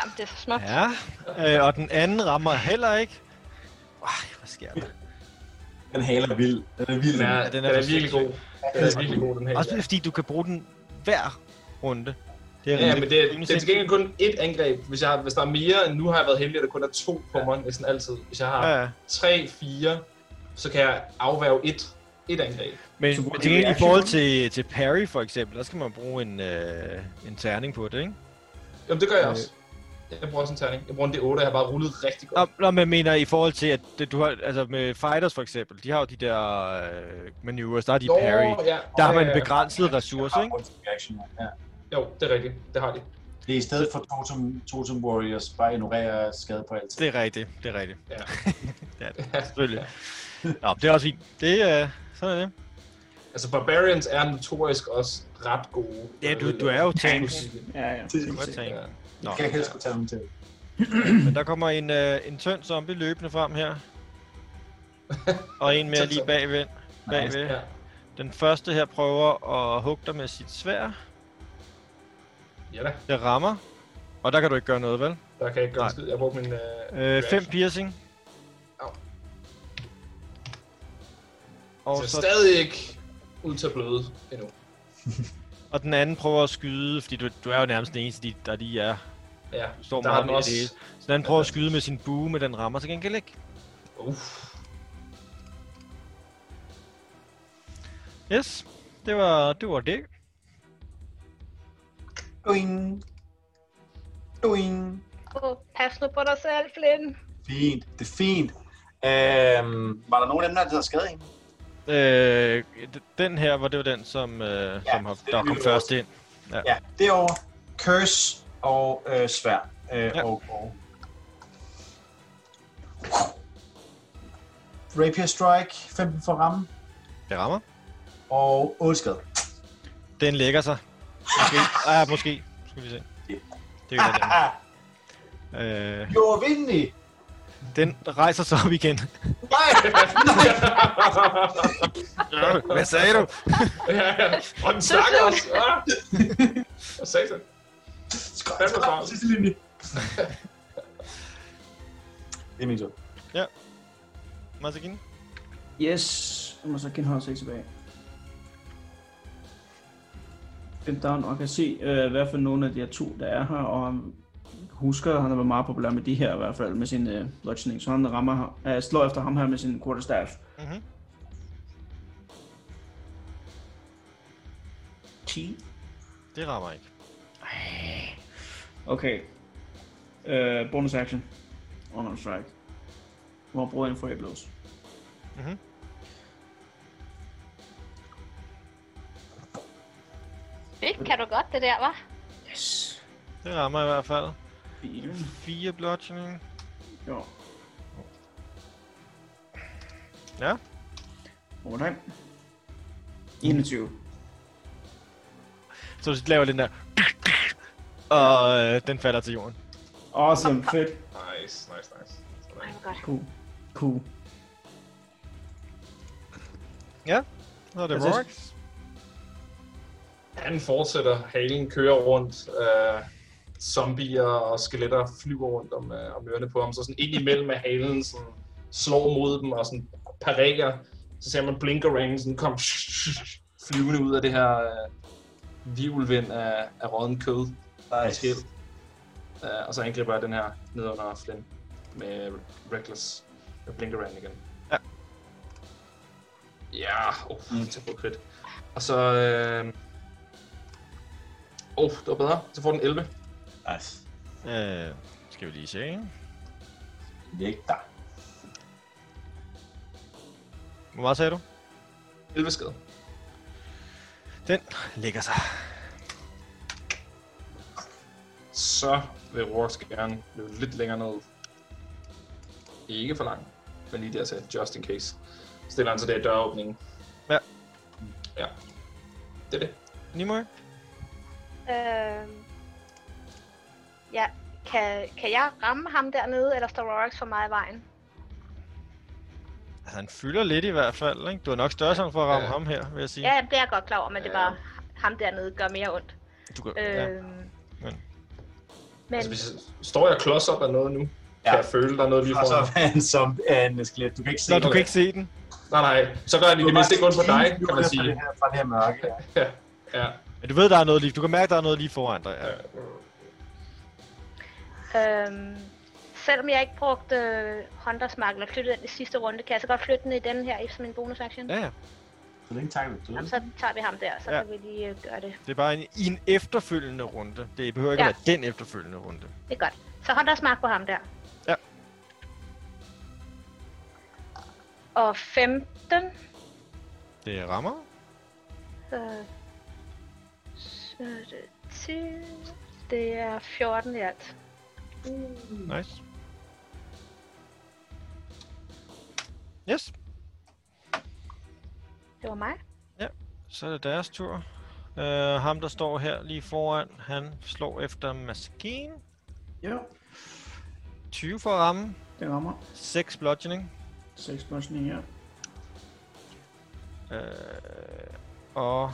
F: Jamen, det er så smukt. Ja.
B: Ja, øh, og den anden rammer heller ikke. Ej, hvad sker der?
C: Den haler vild. Den er vild.
D: Den er,
C: Ja.
B: Ja, den
D: den
B: er
D: er, den er
B: for
D: virkelig
B: sindssyg.
D: god. Den er virkelig god, den her.
B: Også fordi du kan bruge den hver runde. Det
D: Ja,
B: rimelig-
D: men det, er-
B: rimelig
D: det er til gengæld kun ét angreb. Hvis, jeg, hvis der er mere, end nu har jeg været heldig, at der kun er to på ja. mig næsten altid. Hvis jeg har
B: Ja, ja.
D: tre, fire, så kan jeg afværge et, et angreb.
B: Men,
E: Så
B: men
E: bruger
B: til
E: du
B: gengæld i
E: reaction?
B: forhold til, til parry for eksempel, der skal man bruge en, øh, en terning på det, ikke?
D: Jamen, det gør jeg også. Jeg bruger også en terning. Jeg bruger en D8, jeg har bare rullet rigtig godt.
B: Nå, nå, men jeg mener i forhold til, at det- du har, altså med fighters for eksempel, de har jo de der øh, maneuvers, der er de
D: Nå,
B: parry.
D: Ja.
B: Der har
D: Ja,
B: man
D: ja, ja.
B: begrænset ressourcer, ikke?
C: Reaction, Ah, ja.
D: Jo, det er rigtigt. Det har de.
C: Det er i stedet for Totem, Totem Warriors, bare ignorere skade på alt.
B: Det er rigtigt, det er rigtigt.
D: Ja.
B: [laughs] det er det, selvfølgelig. Nå, det er også fint. Det øh, sådan er det.
D: Altså, Barbarians er notorisk også ret gode.
B: Ja, du- du er jo tank.
E: Ja, ja.
C: Det
B: Du kan tænke.
D: Ja.
B: Nå,
C: kan jeg helst kunne tage dem til.
B: men der kommer en, øh, en tynd zombie løbende frem
D: [laughs]
B: her. Og en mere
D: Tynd
B: lige
D: zombie.
B: bagved. bagved.
D: Ja.
B: Den første her prøver at hugge dig med sit svær.
D: ja da,
B: Det rammer. Og der kan du ikke gøre noget, vel?
D: der kan jeg ikke gøre
B: Nej.
D: en skid. Jeg brugte min... Øh,
B: Øh, 5
D: reaction.
B: piercing.
D: Au.
B: Og,
D: Så
B: så,
D: stadig ikke ud til at bløde endnu.
B: og den anden prøver at skyde, fordi du, du er jo nærmest den eneste, de- der lige er.
D: Ja,
B: Du står
D: der
B: meget
D: er
B: med
D: den også...
B: det hele. Så den anden prøver at skyde med sin bue, men den rammer til gengæld ikke.
D: Uff.
B: Yes, det var det. Var det.
C: Doing. Doing.
F: Oh, pas nu på dig selv, Flynn.
C: Fint, det er fint. Øhm, var der nogen af dem, der havde skadet en?
B: Øh, d- den her var det var den, som, øh,
C: Ja,
B: som har,
C: det
B: der
C: er
B: kom
C: det,
B: først ind.
C: Ja, det er over. Curse og øh, svær. Øh,
B: Ja.
C: ja. og, og. Rapier Strike, 15 for ramme
B: Det rammer.
C: og 8 skade.
B: Den lægger sig. Måske. Ah, måske. Skal vi se. Det gør den.
C: Ah,
B: Øh,
C: jo, vindelig!
B: den rejser sig op igen.
D: Nej!
B: Hvad sagde du?
D: ja, [laughs] ja. Og den takker os. Ah! Og satan.
C: Skøj,
D: Fandme
C: skøj,
D: fart.
C: sidste linje. det er min tur.
B: Masakine?
E: Yes, jeg må så genholde sig tilbage. Dem down, og kan se, øh, hvad for nogle af de her to, der er her, og han husker, han har været meget populær med de her i hvert fald, med sin øh, bludgeoning, så han rammer, øh, slår efter ham her med sin quarterstaff.
B: Mhm.
E: 10.
B: Det rammer ikke.
E: Okay. Øh, bonus action. Honor strike. Hvor han bruger en for blows.
B: Mhm.
F: Det kan du godt, det der, var.
E: Yes.
B: Det rammer i hvert fald.
E: Fire.
B: 4 bludgeoning.
E: Jo.
B: Ja.
E: Over dig. 21.
B: Så du laver den der... Og øh, den falder til jorden.
E: Awesome, fedt.
D: Nice, nice, nice. Sådan.
F: Ej, hvor godt.
E: Cool. Cool.
B: Så er det
E: Altså,
B: Rorax.
D: Han fortsætter, halen kører rundt, øh, zombier og skeletter flyver rundt om, øh, om ørerne på ham, så sådan ind imellem af halen sådan, slår mod dem og sådan parerer. Så ser man blinkerangen sådan kom [laughs] flyvende ud af det her øh, vivlvind af, af rådden kød og
C: Nice.
D: skæld. Øh, og så angriber jeg den her ned under Flynn med Reckless med blinkerangen igen.
B: Ja.
D: Ja, oh, mm. tæt på crit. Og så... Øh, Åh, oh, det var bedre. Så får den 11.
C: Nice.
B: Øh, skal vi lige se, ikke?
C: Vægter.
B: Hvor meget sagde du?
D: 11 skade.
B: Den lægger sig.
D: Så vil Rorax gerne løbe lidt længere ned. Ikke for langt, men lige der til, just in case. Stiller han sig der i døråbningen.
B: Ja.
D: Ja. Det er det.
B: Nimoy?
F: Øhm, ja, kan, kan jeg ramme ham dernede, eller står Rorax for meget i vejen?
B: Altså, han fylder lidt i hvert fald, ikke? Du er nok større sådan for at ramme
D: Ja.
B: ham her, vil jeg sige.
F: Ja, det er jeg godt klar over, men det er
D: Ja.
F: bare ham dernede gør mere ondt.
B: Du kan, ja.
F: Øhm,
B: men-
F: men. Men
D: Altså, hvis jeg, står jeg klods op af noget nu? Kan
C: Ja.
D: jeg føle, der er noget lige
C: Og så
D: foran? mig?
C: er han som er en skelet. Du kan ikke se
B: Nå,
C: det.
B: du kan ikke se den.
D: Nej, nej. Så gør jeg det i det mindste ikke ondt på dig, kan man
C: Fra det
D: sige.
C: her, fra det her mørke. Ja.
D: Ja. ja.
B: Men du ved, der er noget lige. Du kan mærke, der er noget lige foran dig. Ja.
F: øhm, selvom jeg ikke brugte øh, Hunters Mark eller flyttede den i sidste runde, kan jeg så godt flytte den i den her som en bonus action?
B: ja, ja.
C: Så længe tager du døde.
E: Mm.
F: Jamen, så tager vi ham der, så
B: Ja.
F: ja. kan vi lige øh, gøre det.
B: Det er bare en, i en efterfølgende runde. Det behøver ikke ja.
F: Ja.
B: at være den efterfølgende runde.
F: Det er godt. Så Hunters Mark på ham der.
B: Ja.
F: Og 15.
B: Det rammer.
F: Så... så er det 10. Det er 14 i alt.
B: Nice. Yes,
F: Det var mig.
B: så er det deres tur. Uh, ham, der står her lige foran, han slår efter maskin.
E: Jo,
B: 20 for at ramme.
E: det rammer.
B: 6 bludgeoning.
E: 6 bludgeoning her.
B: Øh, og,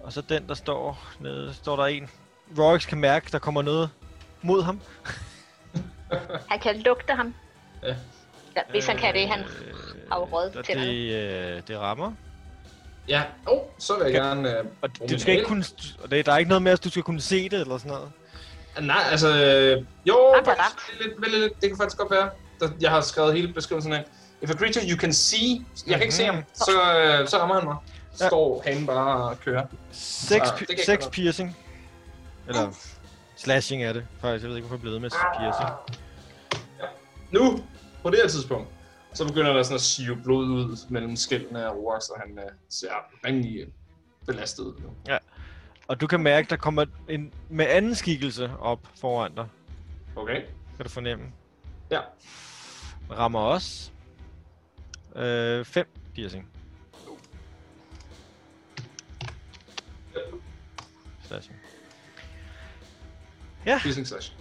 B: og så den, der står nede, står der en. Royx kan mærke, der kommer noget mod ham.
F: Han kan lugte ham.
D: Ja.
F: Ja, hvis han kan det, han
B: Øh,
F: har jo røget
B: og
F: tænderne.
B: det, øh, det rammer.
D: Ja, oh, så vil jeg
B: Ja.
D: gerne... Øh,
B: Og
D: bruge
B: du
D: min
B: skal ikke
D: hale.
B: kunne, og det, der er ikke noget med, at du skal kunne se det eller sådan noget.
D: Nej, altså... øh, Jo,
F: Ramt er
D: faktisk, det, er lidt, vel, lidt, det kan faktisk godt være. Der- Jeg har skrevet hele beskrivelsen af. If a creature you can see... Jeg kan ikke
C: Mhm.
D: se ham. Så, øh, så rammer han mig.
B: Ja.
D: Står han bare og kører.
B: 6,
D: Så Ah, det kan ikke
B: seks
D: gøre
B: piercing. Eller slashing er det, faktisk. Jeg ved ikke, hvorfor jeg blev ved med
F: Ah.
B: piercing.
D: Nu, på det her tidspunkt, så begynder der sådan at sive blod ud mellem skældene af Roax, og han øh, ser rimelig belastet ud nu.
B: Og du kan mærke, der kommer en med anden skikkelse op foran dig.
D: Okay?
B: Kan du fornemme?
D: Ja.
B: Rammer også. 5 øh, fem piercing. Slashing.
D: Piercing slash.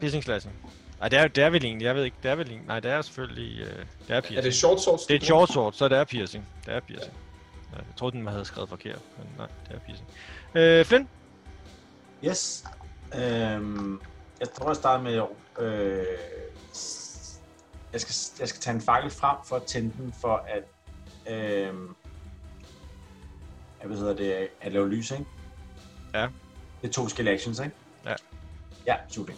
B: Piercing slashing. Ej, det er, det er vel egentlig, jeg ved ikke, det er vel egentlig, nej, det er selvfølgelig, øh, det er piercing.
D: Er det short swords?
B: Det er
D: du
B: et
D: bruger?
B: short sword, så det er piercing. Det er piercing. Ja. Jeg troede, den havde skrevet forkert, men nej, det er piercing. Øh, Flynn?
C: Yes. Øhm, jeg tror, jeg starter med... Øh, s- jeg, skal, jeg skal tage en fakkel frem for at tænde den, for at... Øh, hvad hedder det? At lave lys, ikke?
B: Ja.
C: Det er to skill actions, ikke?
B: Ja.
C: Ja, super.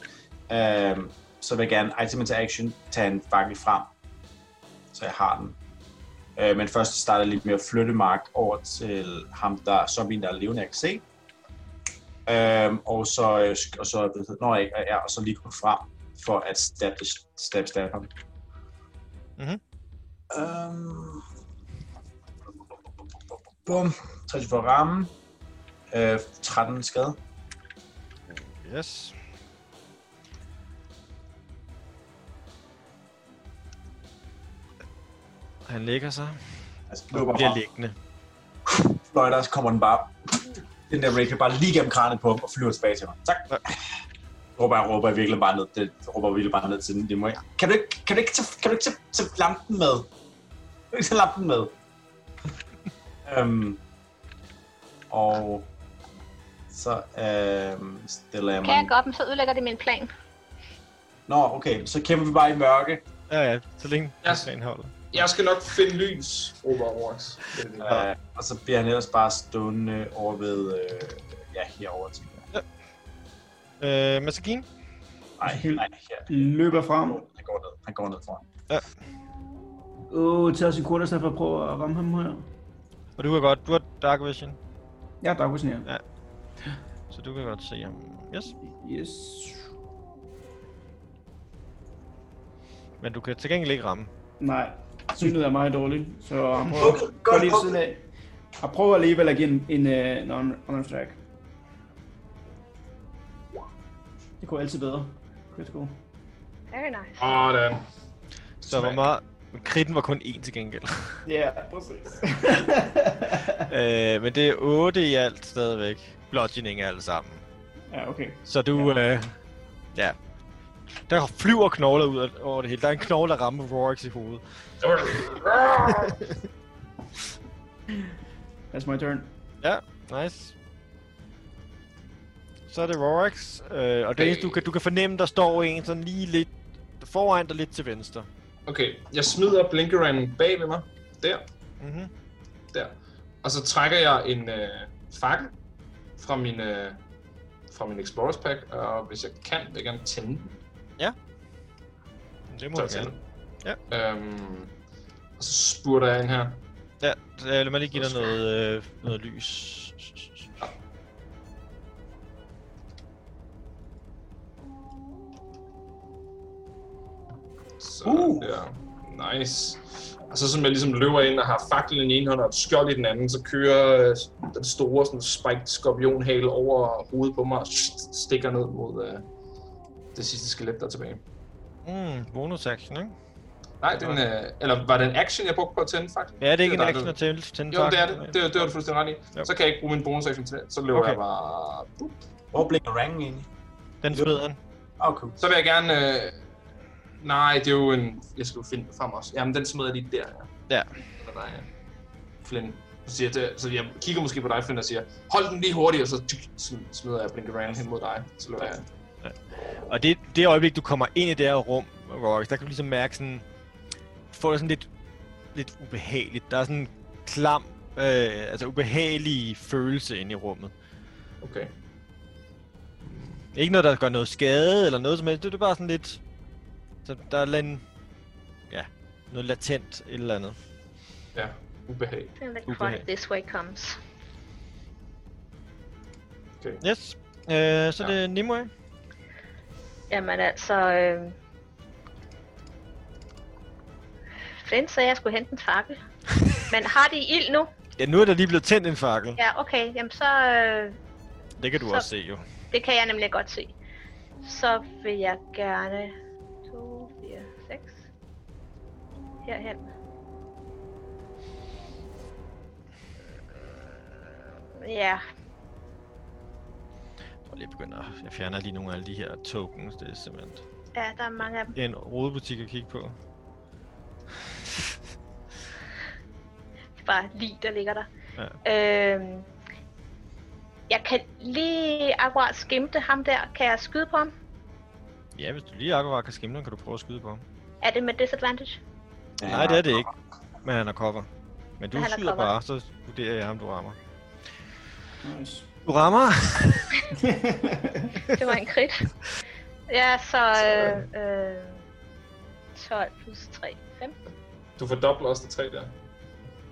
C: Øhm, så vil jeg gerne item into action tage en fakkel frem, så jeg har den. Øh, men først starter jeg lidt med at flytte Mark over til ham, der, zombien, der er levende, jeg kan se. Øhm, og så, øh, sk- og så, hvad hedder- når jeg, ja, og så lige gå frem for at stab, stab, stab ham.
B: Mhm.
C: Øhm, bum, 30 for at ramme. Øh, 13 skade.
B: Yes. Han ligger sig.
C: Altså,
B: Og
C: løber
B: bliver
C: bare,
B: liggende.
C: fløjter, og så kommer den bare, den der raker bare lige gennem kranet på ham og flyver tilbage til mig. Tak.
B: Ja.
C: Råber jeg, råber jeg virkelig bare ned, det, råber jeg virkelig bare ned til den. Det må jeg. Kan du ikke, kan du ikke tage, kan du ikke tage, tage lampen med? Kan du ikke tage lampen med? øhm, og så øhm, stiller jeg
F: Kan jeg
C: mig...
F: gå op, så ødelægger det min plan.
C: Nå, okay, så kæmper vi bare i mørke.
B: Ja, ja, så længe
D: Ja.
B: yes. planen holder.
D: Jeg skal nok finde lys, råber Roax. Det er det.
C: Ja. Øh, og så bliver han ellers bare stående over ved, øh, ja, herover til.
B: Øh, Masakine?
C: Nej,
E: Helt-
C: nej, her.
E: Løber frem.
C: Han går ned, han går ned foran.
E: Åh, oh, tager sin quarterstaff for at prøve at ramme ham her.
B: Og du kan godt, du har dark vision,
E: Jeg er Darkus her.
B: så du kan godt se ham. Yes.
E: Yes.
B: Men du kan til gengæld ikke ramme.
E: Nej, synet er meget dårligt, så han prøver
C: godt
E: går lige ved siden af. Jeg prøver alligevel at give en, en uh, non track. Det går altid bedre. Critical.
F: Very nice.
D: Åh, det er
B: Så hvor meget... Kritten var kun én til gengæld. [laughs]
E: Ja, yeah, præcis.
B: øh, men det er 8 i alt stadigvæk. Bludgeoning alle sammen.
E: ja, okay.
B: Så du, ja. Øh, ja. Der flyver knogler ud af- over det hele. Der er en knogle, der rammer Rorax i hovedet.
E: That's my turn.
B: Ja, nice. Så er det Rorax, øh, og det
D: Øh.
B: eneste, du kan, du kan fornemme, der står en sådan lige lidt foran dig, lidt til venstre.
D: Okay, jeg smider blinkeranden bag ved mig. Der, Mhm.
B: Mm-hmm.
D: der. Og så trækker jeg en øh, fakkel fra min, øh, fra min Explorers Pack, og hvis jeg kan, vil jeg gerne tænde den.
B: Det må
D: Så
B: jeg
D: jeg
B: gerne.
D: tænder den. Øhm, og så spurter jeg ind her.
B: Ja, så lad mig lige give dig noget, øh, noget lys.
D: Så uh. der. Nice. Og så som jeg ligesom løber ind og har faklen i den ene hånd og et skjold i den anden, så kører øh, den store sådan spiked skorpionhale over hovedet på mig og stikker ned mod øh, det sidste skelet, der er tilbage.
B: Mm, bonus action, ikke?
D: Nej, den, øh, eller var det en action, jeg brugte på at tænde, faktisk?
B: Ja, det er ikke en
D: var dig,
B: action
D: der-
B: at tænde, tænde
D: Jo, det er
B: faklen.
D: det. Det, det var du fuldstændig ret i.
B: Ja.
D: Så kan jeg ikke bruge min bonus action til det. Så løber
B: Okay.
D: okay. jeg bare... Bup.
C: Hvor blinker rangen egentlig?
B: Den smed han.
C: Åh, oh, cool.
D: Så vil jeg gerne... Øh... Nej, det er jo en... Jeg skal jo finde den frem også. Jamen, den smed jeg lige der.
B: Ja.
D: Eller nej, ja. Flynn. Så, siger jeg, det, så jeg kigger måske på dig, Flynn, og siger, hold den lige hurtigt, og så tyk, sm- smider jeg Blinkerang hen mod dig. Så løber jeg.
B: Og det, det øjeblik, du kommer ind i det her rum, Rorax, der kan du ligesom mærke sådan... Du får det sådan lidt, lidt ubehageligt. Der er sådan en klam, øh, altså ubehagelig følelse inde i rummet.
D: Okay.
B: Ikke noget, der gør noget skade eller noget som helst. Det det er bare sådan lidt... Så der er lidt... Ja, noget latent et eller andet.
D: Ja. Ubehag.
F: Feel like
B: Ubehag.
F: fun this way comes.
D: Okay.
B: Yes. Øh, så er
D: Ja.
B: det Nimue.
F: Jamen altså... Øh... Flint sagde, at jeg skulle hente en fakkel. Men har de ild nu?
B: Ja, nu er der lige blevet tændt en fakkel.
F: Ja, okay. Jamen så... Øh...
B: Det kan du
F: Så-
B: også se jo.
F: Det kan jeg nemlig godt se. Så vil jeg gerne... 2, 4, 6... Herhen. Ja,
B: Og lige begynder, jeg fjerner lige nogle af alle de her tokens. Det er simpelthen
F: ja, der er mange af dem.
B: en rodebutik at kigge på.
F: bare lige, der ligger der.
B: Ja.
F: Øhm, jeg kan lige akkurat skimte ham der. Kan jeg skyde på ham?
B: Ja, hvis du lige akkurat kan skimle, kan du prøve at skyde på ham.
F: Er det med disadvantage?
B: Ja, Nej, det er det ikke. Men han er cover. Men du
F: Men
B: Men
F: han er
B: skyder
F: cover.
B: bare, så vurderer jeg, om du rammer.
E: Nice.
B: Du rammer?
F: Det var en crit. ja, så... Øh, øh, 12 plus 3. 5.
D: Du fordobler også de tre der.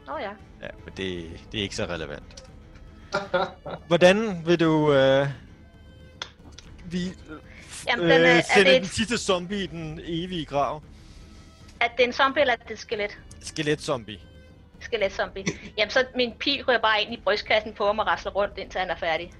F: Nå ja.
B: Ja, men det, det er ikke så relevant. [laughs] Hvordan vil du... Øh, vi, øh,
F: Jamen, den er, er,
B: sende
F: det
B: den
F: et,
B: sidste zombie i den evige grav?
F: er det en zombie, eller er det et skelet?
B: Skeletzombie.
F: Skeletzombie. Jamen, så min pil ryger bare ind i brystkassen på ham og rasler rundt, indtil han er færdig.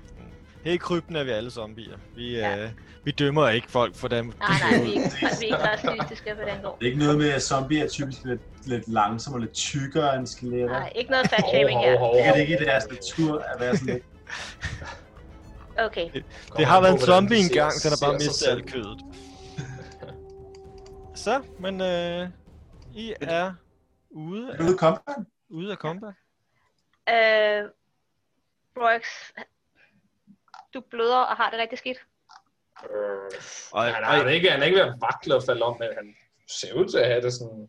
B: Her i krybden er vi alle zombier. Vi,
F: Ja.
B: ja. øh, vi dømmer ikke folk for dem.
F: Nej, nej, vi er ikke, vi er ikke racistiske på den går.
C: [laughs] Det er ikke noget med, at zombier er typisk lidt, lidt langsomme og lidt tykkere end skeletter.
F: Nej, ikke noget fat shaming her.
C: Det er det ikke i deres natur at være sådan lidt...
F: Okay.
B: Det har været en
D: Kommer an på, hvordan
B: zombie
D: de ser-
B: engang, den har bare
D: ser sig
B: mistet
D: selv.
B: alt
D: [laughs]
B: kødet. Så, men øh, I er ude
C: Er du
B: af,
C: ude i combat?
B: ude af combat.
F: Øh, Roix, du bløder og har det rigtig skidt.
D: Øh,
B: Og,
D: han, har det ikke, han er ikke ved at vakle og falde om, men han ser ud til at have det sådan...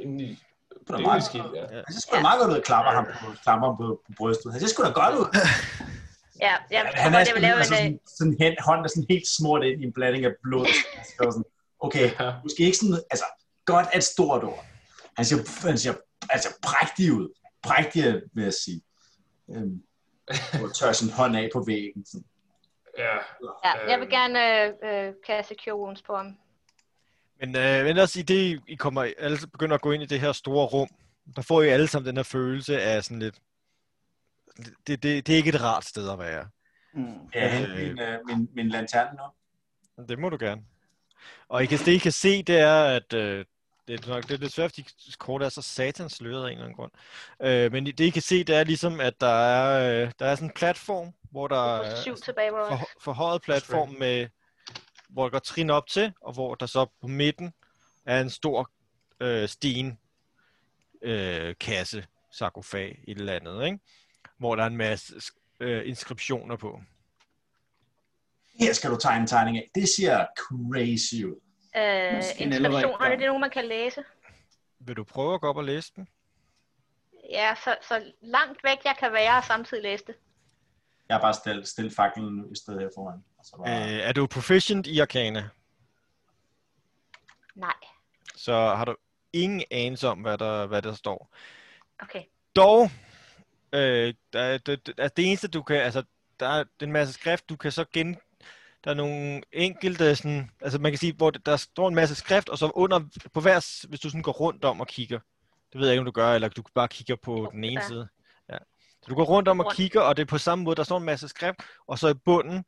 D: Inde i, det er jo
C: meget-
D: skidt, ja.
C: Han ser sgu da meget godt ud og klapper ham på, klapper ham på, på brystet. Han ser sgu da godt ud.
F: Ja, jeg
C: Han,
F: tror
C: han
F: godt,
C: er
F: jeg vil
C: sådan,
F: lave
C: altså,
F: en... øh,
C: sådan, sådan hen, hånden er sådan helt smurt ind i en blanding af
F: [laughs]
C: blod. og så sådan, okay, måske ikke sådan, altså, godt er et stort ord. Han ser, han ser altså, prægtig ud. Prægtig, vil jeg sige.
B: [laughs]
C: Øhm, og tør sin hånd af på væggen. Sådan.
D: Ja,
F: Ja, jeg vil gerne øh, øh, kaste Cure Wounds på ham.
B: Men, øh, men også i det, I kommer, alle begynder at gå ind i det her store rum, der får I alle sammen den her følelse af sådan lidt, det, det, det er ikke et rart sted at være.
E: Mm.
C: Ja, han min, øh, min, min lanterne nu.
B: Det må du gerne. Og I kan, det I kan se, det er, at øh, det er nok det er lidt svært, fordi kort er så satans sløret af en eller anden grund. Øh, men det I kan se, det er ligesom, at der er, øh, der er sådan en platform, hvor
F: Du
B: der
F: får
B: er
F: syv tilbage, Roix.
B: for, forhøjet platform med, hvor der går trin op til, og hvor der så på midten er en stor øh, sten øh, kasse, sarkofag, et eller andet, ikke? hvor der er en masse øh, inskriptioner på.
C: her skal du tegne en tegning af. Det ser crazy ud.
F: Øh,
E: Måske en elrik,
F: inskriptionerne,
E: der-
F: det er nogen, man kan læse.
B: Vil du prøve at gå op og læse den?
F: Ja, så, så langt væk jeg kan være og samtidig læse det.
C: Jeg har bare stillet, stillet faklen nu i stedet her foran. Og så bare,
B: Øh, er du proficient i arcana,
F: Nej,
B: så har du ingen anelse om, hvad der, hvad der står.
F: okay.
B: Dog, øh, der, der, der, altså det eneste du kan, altså der er en masse skrift, du kan så gen... Der er nogle enkelte, sådan, altså man kan sige, hvor der står en masse skrift, og så under, på hver, s- hvis du sådan går rundt om og kigger, det ved jeg ikke, om du gør, eller du bare kigger på den ene
F: ja.
B: side. Ja. Så du går rundt om og
F: Rundt.
B: kigger, og det er på samme måde, der står en masse skrift, og så i bunden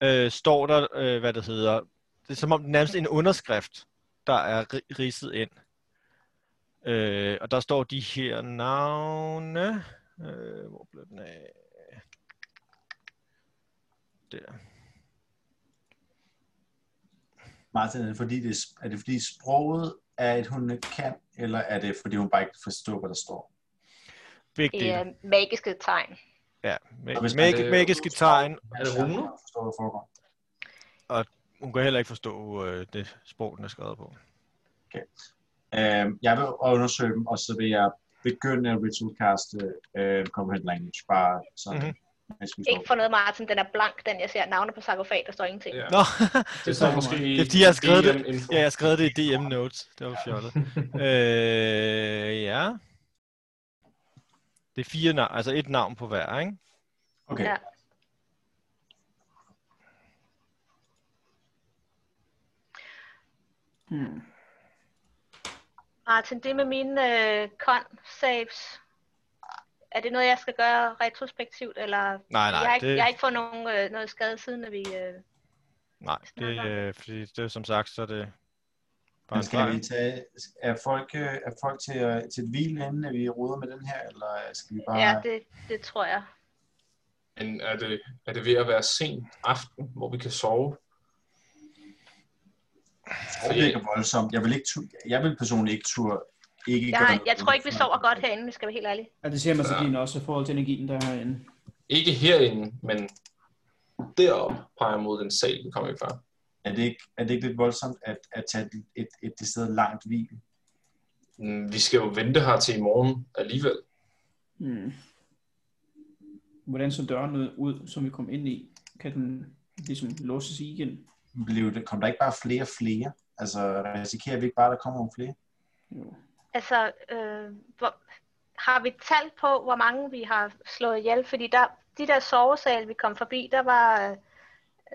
B: øh, står der, øh, hvad det hedder, det er som om det er nærmest en underskrift, der er ri- ridset ind. Øh, og der står de her navne. Øh, hvor blev den af? Der.
C: Martin, fordi det, er det fordi sproget er et hun ikke kan, eller er det fordi hun bare ikke forstår, hvad der står?
B: Begge
F: Det er
B: dele.
F: magiske tegn.
B: Ja,
C: Og hvis
B: ma-
C: man-
B: mag- magiske tegn.
D: Er det runer?
C: Jeg forstår, hvad der foregår.
B: Hun kan heller ikke forstå øh, det sprog, den er skrevet på.
C: Øh, jeg vil undersøge dem, og så vil jeg begynde at ritualcaste øh, Comprehend Language, bare sådan, mm-hmm. mens vi
F: Ikke
C: står.
F: for noget, Martin. Den er blank, den jeg ser. Navne på sarkofag, der står ingenting.
D: Ja.
B: Nå, [laughs]
D: Det står måske i
B: det er fordi, jeg har skrevet det.
D: DM-info.
B: Ja, jeg skrev det i DM Notes. Det var
D: [laughs]
B: fjollet. øh, ja. Det er fire navn, altså et navn på hver, ikke?
C: Okay,
F: Ja.
E: Hmm.
F: Martin, det med mine øh, con saves. Er det noget, jeg skal gøre retrospektivt, eller
B: Nej, Ah, nej.
F: jeg, har ikke,
B: det...
F: jeg har ikke fået nogen, øh, noget skade siden, at vi... Øh...
B: Nej, det,
F: snakker om.
B: øh, fordi det er som sagt, så er det bare
C: men
B: en
C: skal
B: fejl.
C: vi tage, er folk, øh, er folk til, at- til et hvile, inden at vi roder med den her, eller skal vi bare...
F: Ja, det, det tror jeg.
D: Men er det, er det ved at være sent aften, hvor vi kan sove?
C: Det virker voldsomt. Jeg vil, ikke tu- jeg vil personligt ikke turde ikke
F: Jeg,
C: gøre
F: har,
C: noget
F: jeg tror ikke, vi
C: udenfor.
F: sover godt herinde, hvis jeg skal være helt ærlig.
E: Og det ser man så
D: Ja.
E: din også i forhold til energien, der er herinde.
D: Ikke herinde, men deroppe peger mod den sal, vi kommer fra.
C: Er det ikke, er det ikke lidt voldsomt at, at tage et, et, et decideret langt hvil?
D: Mm, Vi skal jo vente her til i morgen alligevel.
E: Hmm. Hvordan så døren ud- ud, som vi kom ind i? Kan den ligesom låses i igen?
C: Blev det, kom der ikke bare flere og flere? Altså, risikerer vi ikke bare, at der kommer nogle flere?
E: Jo.
F: Altså, øh, hvor, har vi tal på, hvor mange vi har slået ihjel? Fordi der, de der sovesale, vi kom forbi, der var øh,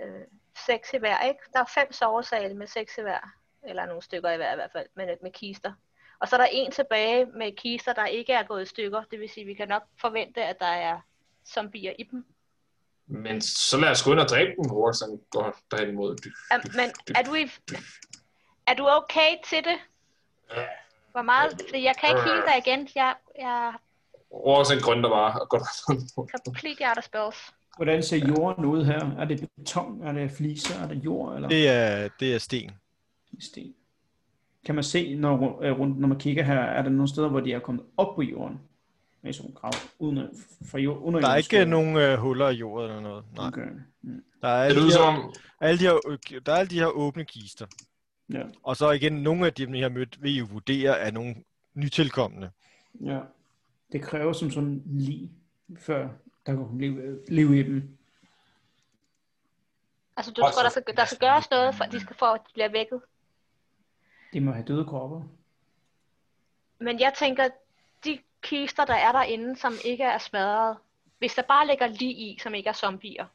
F: øh, seks i hver, ikke? Der er fem sovesale med seks i hver. Eller nogle stykker i hver i hvert fald, men med kister. Og så er der en tilbage med kister, der ikke er gået i stykker. Det vil sige, vi kan nok forvente, at der er zombier i dem.
D: Men så lad os gå ind og dræbe dem, hvor sådan går derhen imod. Dy,
F: Er,
D: dy,
F: Øhm, men
D: dy.
F: er du, i, er du okay til det?
D: Ja.
F: Hvor meget? Fordi jeg kan ikke hele dig igen. Jeg, jeg er
D: Rosen grønter bare og går derhen.
F: completely out of spells.
E: Hvordan ser jorden ud her? Er det beton? Er det fliser? Er det jord? Eller
B: Det er, det er sten.
E: sten? Kan man se, når, ru- øh, rundt, når man kigger her, er der nogle steder, hvor de er kommet op på jorden? Med sådan nogle grav uden, fra jord, under
B: Der er ikke
E: jorden?
B: nogen øh, huller i jorden eller noget. Nej.
E: Okay. Mm.
B: Der er
D: Det
B: alle
D: lyder
B: de,
D: som
B: her,
D: om,
B: alle de her, der er alle de her åbne kister.
E: Ja.
B: Og så igen, nogle af dem, I har mødt, vil I jo vurdere er nogle nytilkommende.
E: ja. Det kræver som sådan lige, før der kan komme liv, liv i dem.
F: Altså, du
D: Og
F: tror,
D: så-
F: der skal, der skal gøres noget, for at de skal få, at de bliver vækket.
E: Det må have døde kropper.
F: Men jeg tænker, de kister, der er derinde, som ikke er smadret, hvis der bare ligger lige i, som ikke er zombier,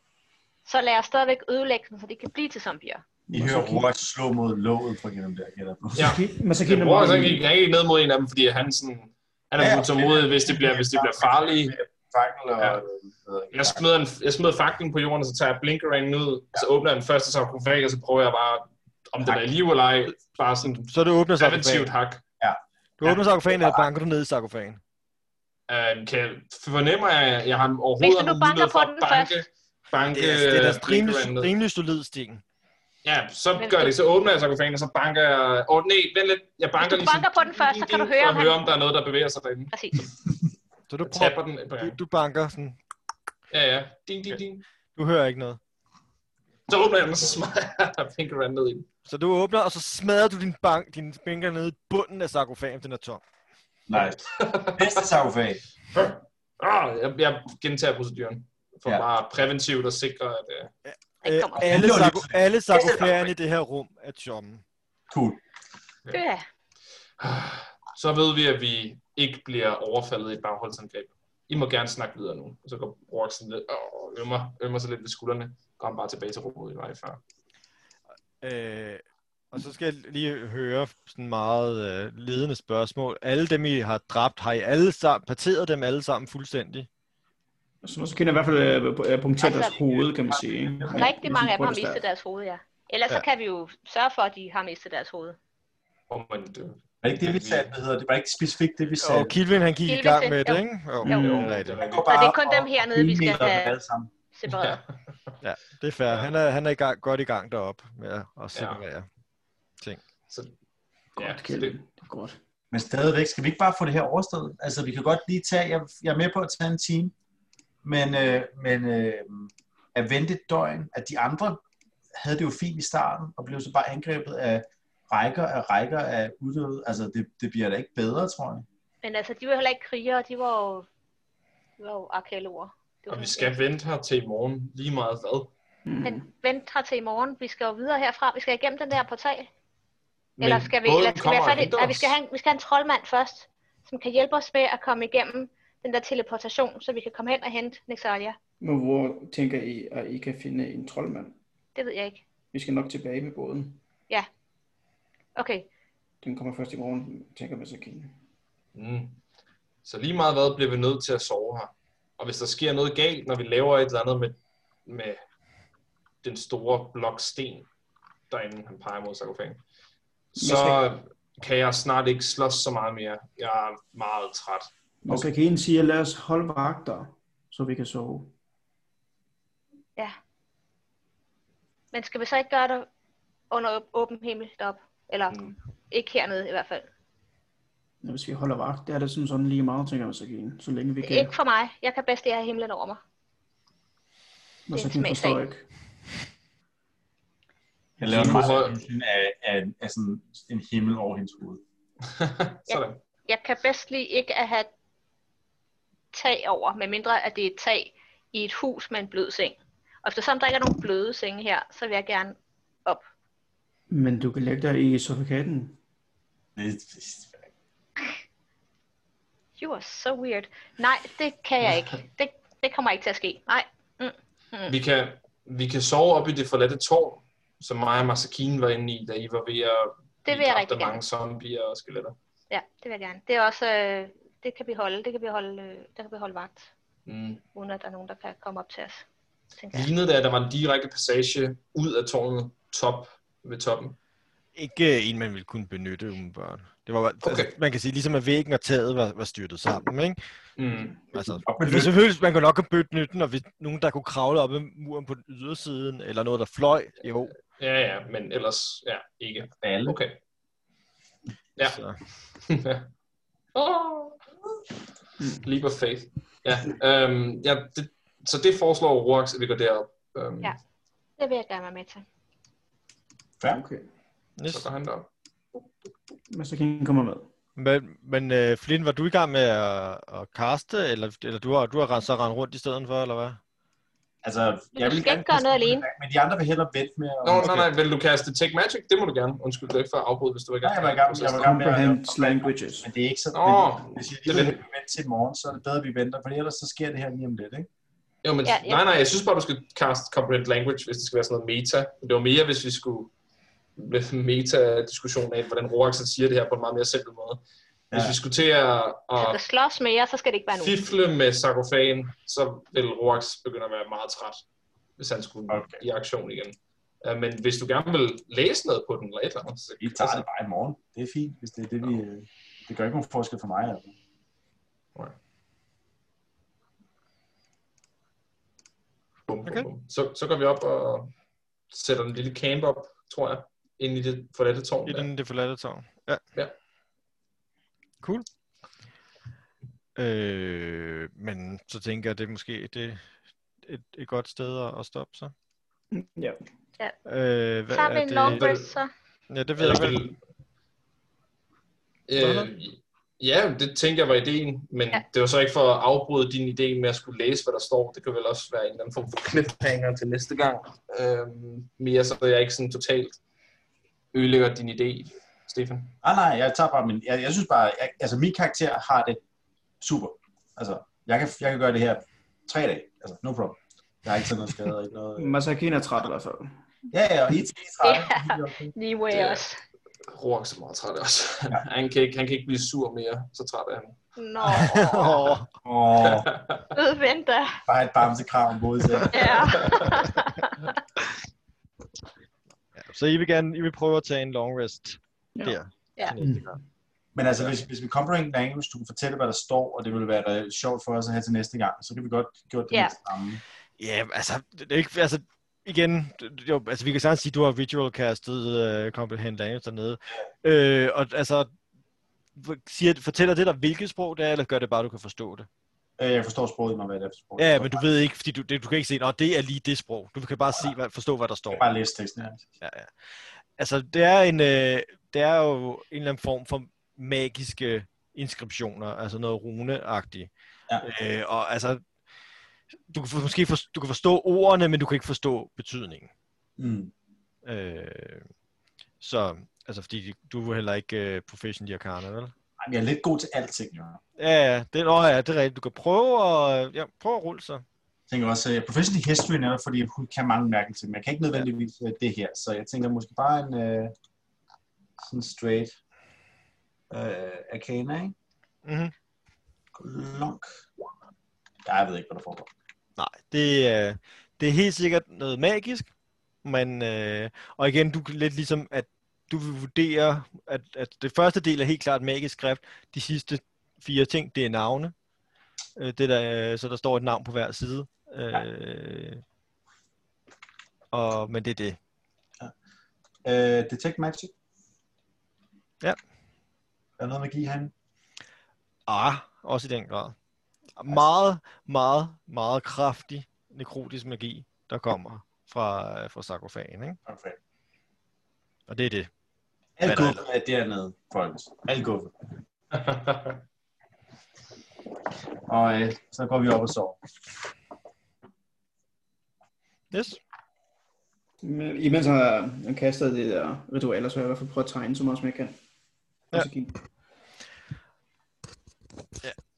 F: så lad os stadigvæk ødelægge dem, så de kan blive til zombier.
C: I
E: Og så
C: hører
E: kig-
C: Rorik slå mod låget for gennem der, gælder på.
D: Ja.
E: Kig- Men så kigger
D: Jeg bruger altså
E: man
D: ikke rigtig ned mod en af dem, fordi han, sådan, han
C: Ja,
D: er
C: ja.
D: utålmodig, hvis det bliver, hvis det bliver farligt.
C: Fakkel og...
D: Ja.
C: Ja.
D: Jeg smider, en, jeg smider faklen på jorden, og så tager jeg blinkerangen ud, og så åbner jeg den første sarkofag, og så prøver jeg bare, om den er i live eller ej, bare sådan
B: Så det åbner sarkofagen.
D: preventivt hak.
B: Du åbner sarkofagen, eller banker du ned i sarkofagen?
D: Uh, kan jeg fornemme, at jeg har
F: Hvis
D: overhovedet
F: du nu
D: har nogen mulighed
F: banker
D: for
F: på
D: at
F: den
D: banke, banke
B: Det er, det er da
D: øh,
B: rimelig,
D: blinkerangen ned.
B: rimelig solid sten.
D: Ja, så
F: Men-
D: gør jeg det. Så åbner jeg sarkofagen, og så banker jeg... Åh, oh, nej, vent lidt. Jeg banker
F: Hvis du
D: lige
F: banker på den først, så kan du høre, om
D: for at
F: han-
D: høre, om der er noget, der bevæger sig derinde.
F: Præcis.
B: Så du
D: Jeg
B: prøver,
D: tapper den et par
B: du,
D: gange.
B: du banker sådan.
D: Ja, ja. Ding, ding, ding.
B: Du hører ikke noget.
D: Så åbner jeg den, og så smadrer jeg [laughs] Finger Run ned i den.
B: Så du åbner, og så smadrer du din bank, dine fingre ned i bunden af sarkofagen, den er tom.
C: [laughs] Nice. Næste sarkofag.
D: Ah, jeg, jeg gentager proceduren. For
C: Ja.
D: ja. bare præventivt at sikre, at... Uh...
F: Den kommer.
B: Øh, alle,
C: Det var lige
B: sarko- alle sarkofagerne i det her rum er tomme.
C: Cool.
F: Ja.
D: ah, Så ved vi, at vi ikke bliver overfaldet i et bagholdsangreb. I må gerne snakke videre nu. Og så går Rourke sådan lidt og ømmer, ømmer sig lidt ved skuldrene. Går han bare tilbage til rummet i vej før.
B: Øh, og så skal jeg lige høre sådan meget øh, ledende spørgsmål. Alle dem, I har dræbt, har I alle sammen, parteret dem alle sammen fuldstændig?
E: Så måske kan jeg i hvert fald øh, punktere
F: Altså,
E: deres hoved, kan man sige. ikke?
F: Rigtig mange af dem har
E: Prøv at
F: mistet
E: starte.
F: deres hoved, ja. Ellers så
B: Ja.
F: kan vi jo sørge for, at de har mistet deres hoved.
D: Hvor man dør.
C: Var det ikke det, vi sagde, hvad hedder det? Var det ikke specifikt det, vi sagde?
B: Og Kilvin, han gik i
F: Kilvin
B: gang
F: til-
B: med det,
F: jo.
B: ikke? Jo,
F: Jo.
B: jo, det er rigtigt.
C: Jeg går
F: Så det er
C: bare
F: kun dem
C: og
F: hernede, vi skal
C: udligner dem
F: have
C: alle sammen.
F: separeret.
B: Ja, det er fair. Han er, han er i gang, godt i gang deroppe med at- at separere.
D: Så,
E: Godt,
D: så det,
E: Kjeld. Godt.
C: Men stadigvæk, skal vi ikke bare få det her overstået? Altså, vi kan godt lige tage, jeg, jeg er med på at tage en time, men, øh, men øh, at vente et døgn, at de andre havde det jo fint i starten, og blev så bare angrebet af rækker af rækker af uddøde. Altså, det, det bliver da ikke bedre, tror jeg.
F: Men altså, de var heller ikke krigere, de var jo, de var jo arkeologer. Det var
D: og vi skal vente her til i morgen, lige meget hvad.
E: Mm.
F: Men vent her til i morgen. Vi skal jo videre herfra. Vi skal igennem den der portal. Eller skal vi,
D: båden
F: eller skal vi,
D: kommer
F: være
D: og
F: fat i,
D: henter
F: nej, vi,
D: os.
F: skal have en, vi skal have en troldmand først, som kan hjælpe os med at komme igennem den der teleportation, så vi kan komme hen og hente Nexalia.
E: Men hvor tænker I, at I kan finde en troldmand?
F: Det ved jeg ikke.
E: Vi skal nok tilbage med båden.
F: Okay,
E: Den kommer først i morgen, tænker man så Kine.
D: Mm. Så lige meget hvad bliver vi nødt til at sove her. Og hvis der sker noget galt, når vi laver et eller andet med, med den store bloksten, derinde han peger mod sarkofagen, så kan jeg snart ikke slås så meget mere. Jeg er meget træt.
E: Og så Kine siger, lad os holde vagter, så vi kan sove.
F: ja. Men skal vi så ikke gøre det under åb- åben himmel deroppe? Eller
D: Mm.
F: ikke hernede i hvert fald.
E: Ja, hvis vi holder vagt, det er det som sådan lige meget, tænker man så Kine. Så længe vi
F: Okay.
E: kan.
F: Ikke for mig. Jeg kan bedst det have himlen over mig.
E: Og så
F: en
E: Kine forstår
F: smagsag.
E: ikke.
C: Jeg laver en
D: Kilo
C: meget
D: høj.
C: af, af, af sådan en himmel over hendes hoved.
D: Sådan.
F: Jeg kan bedst lige ikke at have tag over, medmindre at det er et tag i et hus med en blød seng. Og eftersom der ikke er nogen bløde senge her, så vil jeg gerne op.
E: Men du kan lægge dig i sofakaten.
C: Det,
F: You are so weird. Nej, det kan jeg ikke. Det, det kommer ikke til at ske. Nej.
D: Vi kan, vi kan sove op i det forladte tårn, som mig og Masakine var inde i, da I var ved at
F: Det
D: blive
F: vil jeg
D: dræbt
F: rigtig
D: af
F: gerne.
D: mange zombier og skeletter.
F: Ja, det vil jeg gerne. Det er også, øh, det kan vi holde, det kan vi holde, øh, der kan vi holde vagt,
D: Mm.
F: uden at der er nogen, der kan komme op til os. Tænker jeg.
D: Lignede det, at der var en direkte passage ud af tårnet, top ved toppen.
B: Ikke øh, en, man ville kunne benytte umiddelbart. Det var, okay. altså, man kan sige, ligesom at væggen og taget var, var styrtet sammen, ikke?
D: Mm.
B: Altså,
C: og
B: men selvfølgelig, man kunne nok have bødt nytten, og hvis nogen, der kunne kravle op ad muren på den ydersiden, eller noget, der fløj, jo.
D: Ja, ja, men ellers ja, ikke.
C: alle.
D: Okay. Ja.
B: Så.
D: oh. Leap of faith. Ja, øhm, ja det, så det foreslår Roax, at vi går derop. Øhm,
F: Ja. Det vil jeg gerne være med til.
E: Okay.
D: Så går han derop.
E: Men så Kine kommer med.
B: Men, men øh, Flynn, var du i gang med at, at kaste, eller, eller du har, du har så rendt rundt i stedet for, eller hvad?
C: Altså,
F: skal ikke
C: gerne-
F: gøre noget alene.
C: Men de andre vil hellere vente med. at-
D: Nå, nej, nej, vil du kaste Take Magic? Det må du gerne. Undskyld, det er ikke for at afbryde, hvis du ikke
C: Nej, jeg var i gang, jeg var i gang med at
E: Comprehend languages.
C: Men det er ikke så...
D: Nå,
C: men hvis jeg
D: det
C: lige
D: vil-
C: vil vente til i morgen, så er det bedre, at vi venter, for ellers så sker det her lige om lidt, ikke?
D: Jo, men,
F: Ja,
D: ja,
F: ja.
D: ja. Nej, nej, jeg synes bare, du skal cast Comprehend Language, hvis det skal være sådan noget meta. Men det var mere, hvis vi skulle lidt meta-diskussion af, hvordan Roax han siger det her på en meget mere simpel måde. Hvis
C: Ja.
D: vi skulle til at,
F: Hvis
D: at
F: der slås med jer, så skal det ikke være nu.
D: fifle med sarkofagen, så vil Roax begynde at være meget træt, hvis han skulle
C: Okay.
D: okay. i aktion igen. Øh, Men hvis du gerne vil læse noget på den, eller et eller andet, så
C: Vi tager det bare i morgen. Det er fint, hvis det er det, vi... øh, Det gør ikke nogen forskel for mig. Altså.
D: bum, bum,
B: Okay.
D: bum. Så, så går vi op og sætter en lille camp op, tror jeg, ind i det forladte tårn.
B: I
D: der.
B: den, det forladte tårn. Ja.
D: Ja.
B: Cool. Øh, men så tænker jeg, det er måske det, et, et godt sted at, at stoppe så.
E: Ja.
B: Øh, hvad
F: Tager vi
B: er
F: en long
B: det?
F: rest, så?
B: Ja, det ved jeg
D: Eller
B: ikke.
D: vil... Øh, ja, det tænker jeg var ideen, men
F: Ja.
D: ja. det var så ikke for at afbryde din idé med at skulle læse, hvad der står. Det kan vel også være en eller anden form for cliffhanger til næste gang. Øh, mere så jeg ikke sådan totalt ødelægger din idé, Stefan.
C: Ah, nej, jeg tager bare min... Jeg, jeg synes bare, jeg, altså min karakter har det super. Altså, jeg kan, jeg kan gøre det her tre dage. Altså, no problem. Jeg har ikke taget noget skade, ikke noget...
D: Mm.
E: Masakin er træt i hvert fald.
C: Ja, ja, og IT er træt.
F: Leeway
D: Det er-
F: også.
D: Rorik så meget træt også. Ja. [laughs] han, kan ikke, han kan ikke blive sur mere, så træt er han.
F: Nå,
B: Åh,
C: Åh,
F: vent da.
C: bare et bamsekram om hovedet selv.
F: Ja.
B: så I vil gerne, I vil prøve at tage en long rest
E: Ja.
B: der.
F: Ja.
B: til næste gang.
C: Men altså, hvis, hvis vi comparing language, du kan fortælle, hvad der står, og det ville være øh, sjovt for os at have til næste gang, så kan vi godt gøre det
F: Ja.
C: yeah. samme.
B: Ja, altså, det er ikke, altså, igen, det- jo, altså, vi kan sagtens sige, at du har ritual castet uh, Comprehend Language dernede. Øh, og altså, hvor- siger, fortæller det dig, hvilket sprog det er, eller gør det bare, at du kan forstå det?
C: Øh, Jeg forstår sproget i mig, hvad det er for sprog.
B: Ja, men du ved ikke, fordi du, det, du kan ikke se, at det er lige det sprog. Du kan bare se, hvad, forstå, hvad der
C: Jeg
B: står.
C: kan bare læse teksten her.
B: Ja, ja. Altså, det er, en, øh, det er jo en eller anden form for magiske inskriptioner, altså noget runeagtigt.
C: Ja.
B: Øh, og altså, du kan for, måske for, du kan forstå ordene, men du kan ikke forstå betydningen.
C: Mm.
B: Øh, så, altså, fordi du er jo heller ikke øh, professionel i Arcana, vel?
C: Ej, men Jeg er lidt god til alting, jo.
B: Ja, ja, det, åh, ja, det er rigtigt. Du kan prøve at, ja, prøve at rulle så.
C: Jeg tænker også, uh, professional history netop, fordi hun kan mange mærkelige ting, men jeg kan ikke nødvendigvis uh, det her, så jeg tænker måske bare en uh, sådan straight uh, arcana, ikke?
B: Mhm.
C: Lunk. Ja, jeg ved ikke, hvad der foregår.
B: Nej, det, er- det er helt sikkert noget magisk, men, øh, og igen, du kan lidt ligesom, at du vil vurdere, at, at det første del er helt klart magisk skrift, de sidste fire ting, det er navne, øh, det der, øh, så der står et navn på hver side, øh, og, men det er det.
C: Uh, detect magic.
B: Ja.
C: Er der noget magi herinde?
B: Ah, også i den grad. Meget, meget, meget kraftig nekrotisk magi, der kommer fra, fra sarkofagen, ikke?
C: Perfekt.
B: og det er det.
C: Alt
B: Hvad der
C: guffet er dernede, folkens. Alt guffet. [laughs] Og øh, så går vi op og sover.
B: Yes.
E: Men Imens har jeg kastet det der ritualer, så har jeg i hvert fald prøvet at tegne så meget, som jeg kan.
B: Ja.
E: Masakin.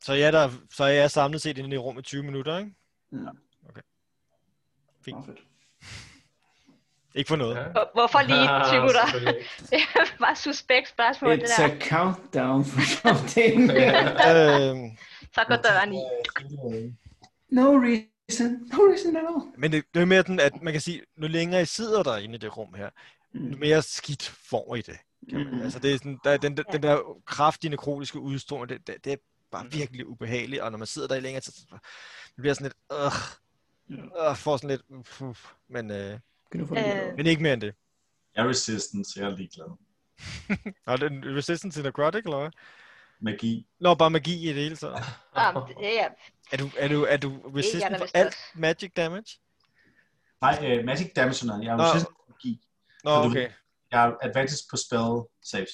B: Så jeg der, så jeg er samlet set inde i rummet 20 minutter, ikke? Fint.
E: Meget fedt.
B: Ikke for noget.
D: Ja.
B: Ja.
F: [laughs] Hvor- Hvorfor
D: [laughs]
F: lige 20 minutter?
D: Ah, selvfølgelig.
F: [laughs] Det er bare suspekt spørgsmål, det
E: It's
F: der.
E: a countdown for
B: [laughs]
E: something.
B: Øhm,
F: Så går døren i.
E: no reason. No reason at all.
B: men det, det er mere den, at man kan sige, nu længere I sidder derinde i det rum her, nu mere skidt får I det. Kan man.
E: Mm.
B: Altså det er sådan, der, er den, den der kraftige nekrotiske udstråling, det, det, det er bare virkelig ubehageligt, og når man sidder der i længere tid, så det bliver sådan lidt, øh, øh, får sådan lidt, uh, men, øh,
E: Kan du få det?
F: Øh.
E: Øh.
B: men ikke mere end det.
C: Jeg er resistant, så jeg er ligeglad.
B: Nå, den resistance til necrotic, eller hvad?
C: Magi.
B: Nå, bare magi i det hele taget.
F: Nå, men det er
B: Er du, er du, er du
F: jeg,
B: resistant
F: der
B: for
F: vidste
B: alt
F: også.
B: magic damage?
C: Nej, øh, magic damage er noget. Jeg er
B: Nå.
C: resistant på magi.
B: Nå,
C: Så du-
B: okay.
C: Jeg har advantage på spell saves.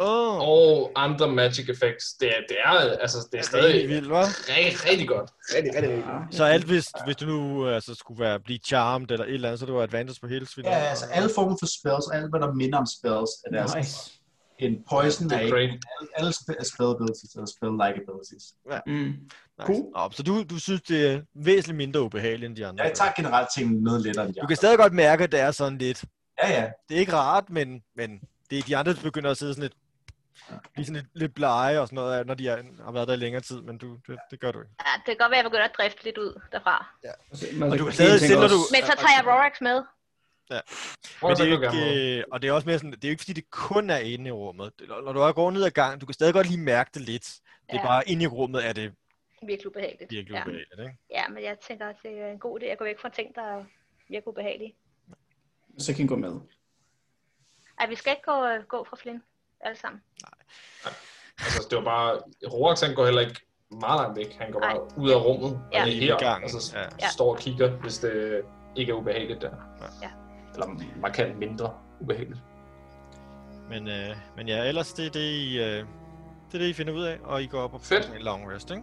B: Åh, oh,
D: Og andre magic effects. Det er, det er, altså, det er stadig
B: vildt, hva'?
D: rigtig, rigtig godt. Rigtig, rigtig, rigtig.
E: Ah, Ja.
B: Så alt, hvis, hvis du nu øh, altså, skulle være, blive charmed eller et eller andet, så er det var advantage på hele svindet.
C: Ja, altså alle former for spells, og alt hvad der minder om spells, er deres
E: Nice.
C: en poison
D: Det
C: er
D: er
C: ikke
D: great.
C: alle, alle spe- spell abilities eller spell like abilities.
E: Mm.
B: Nice. Nå, så du, du synes, det er væsentligt mindre ubehageligt end de andre?
C: Jeg tager generelt tingene noget lettere end jeg.
B: Du kan stadig godt mærke, at det er sådan lidt...
C: Ja, ja.
B: Det er ikke rart, men, men det er de andre, der begynder at sidde sådan lidt... Lige sådan lidt, lidt blege og sådan noget, når de er, har været der i længere tid, men du, det, det gør du ikke.
F: Ja, det kan godt være, at jeg begynder at drifte lidt ud derfra.
E: Altså,
B: Og du
E: Masakin
B: kan stadig
E: tænker
B: selv, når
E: også-
B: du...
F: Men så tager jeg Rorax med.
D: Prøv
B: Men
D: at
B: det er
D: tænke,
B: jo
D: du gerne må.
B: ikke, øh, og det er også mere sådan, det er jo ikke fordi, det kun er inde i rummet. Det- Når når du er går ned ad gangen, du kan stadig godt lige mærke det lidt. Det er
F: Ja.
B: bare inde i rummet, er det
F: Virkelig ubehageligt.
B: virkelig
F: ja.
B: ubehageligt, ikke?
F: ja, men jeg tænker, at det er en god idé at gå væk fra ting, der er virkelig ubehagelige.
E: Masakin går med.
F: Ej, vi skal ikke gå, øh, gå fra Flynn alle sammen.
D: Altså, det var bare... Rorax, han går heller ikke meget langt væk. Han går bare ud af rummet.
F: Ja.
D: Og det er her.
B: Gangen,
D: Altså,
B: ja.
D: ja. står og kigger, hvis det... ikke er ubehageligt der.
F: Ja.
D: Eller markant mindre ubehageligt.
B: Men, øh, men ja, ellers det er det, I, øh, det er det, I finder ud af, og I går op og
D: Fedt.
B: en long rest, ikke?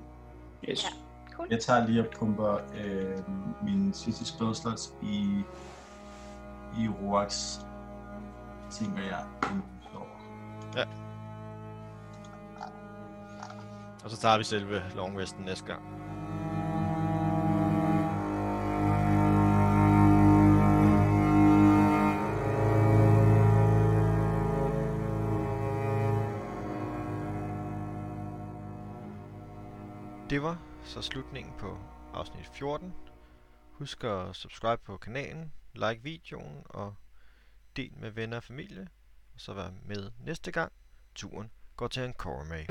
E: Yes.
F: Ja. Cool.
C: Jeg tager lige og pumper øh, min sidste spellslots i, i Roax, tænker jeg.
B: Og så tager vi selve long resten næste gang. Det var så slutningen på afsnit 14. Husk at subscribe på kanalen, like videoen og del med venner og familie. Og så vær med næste gang. Turen går til en Cormay.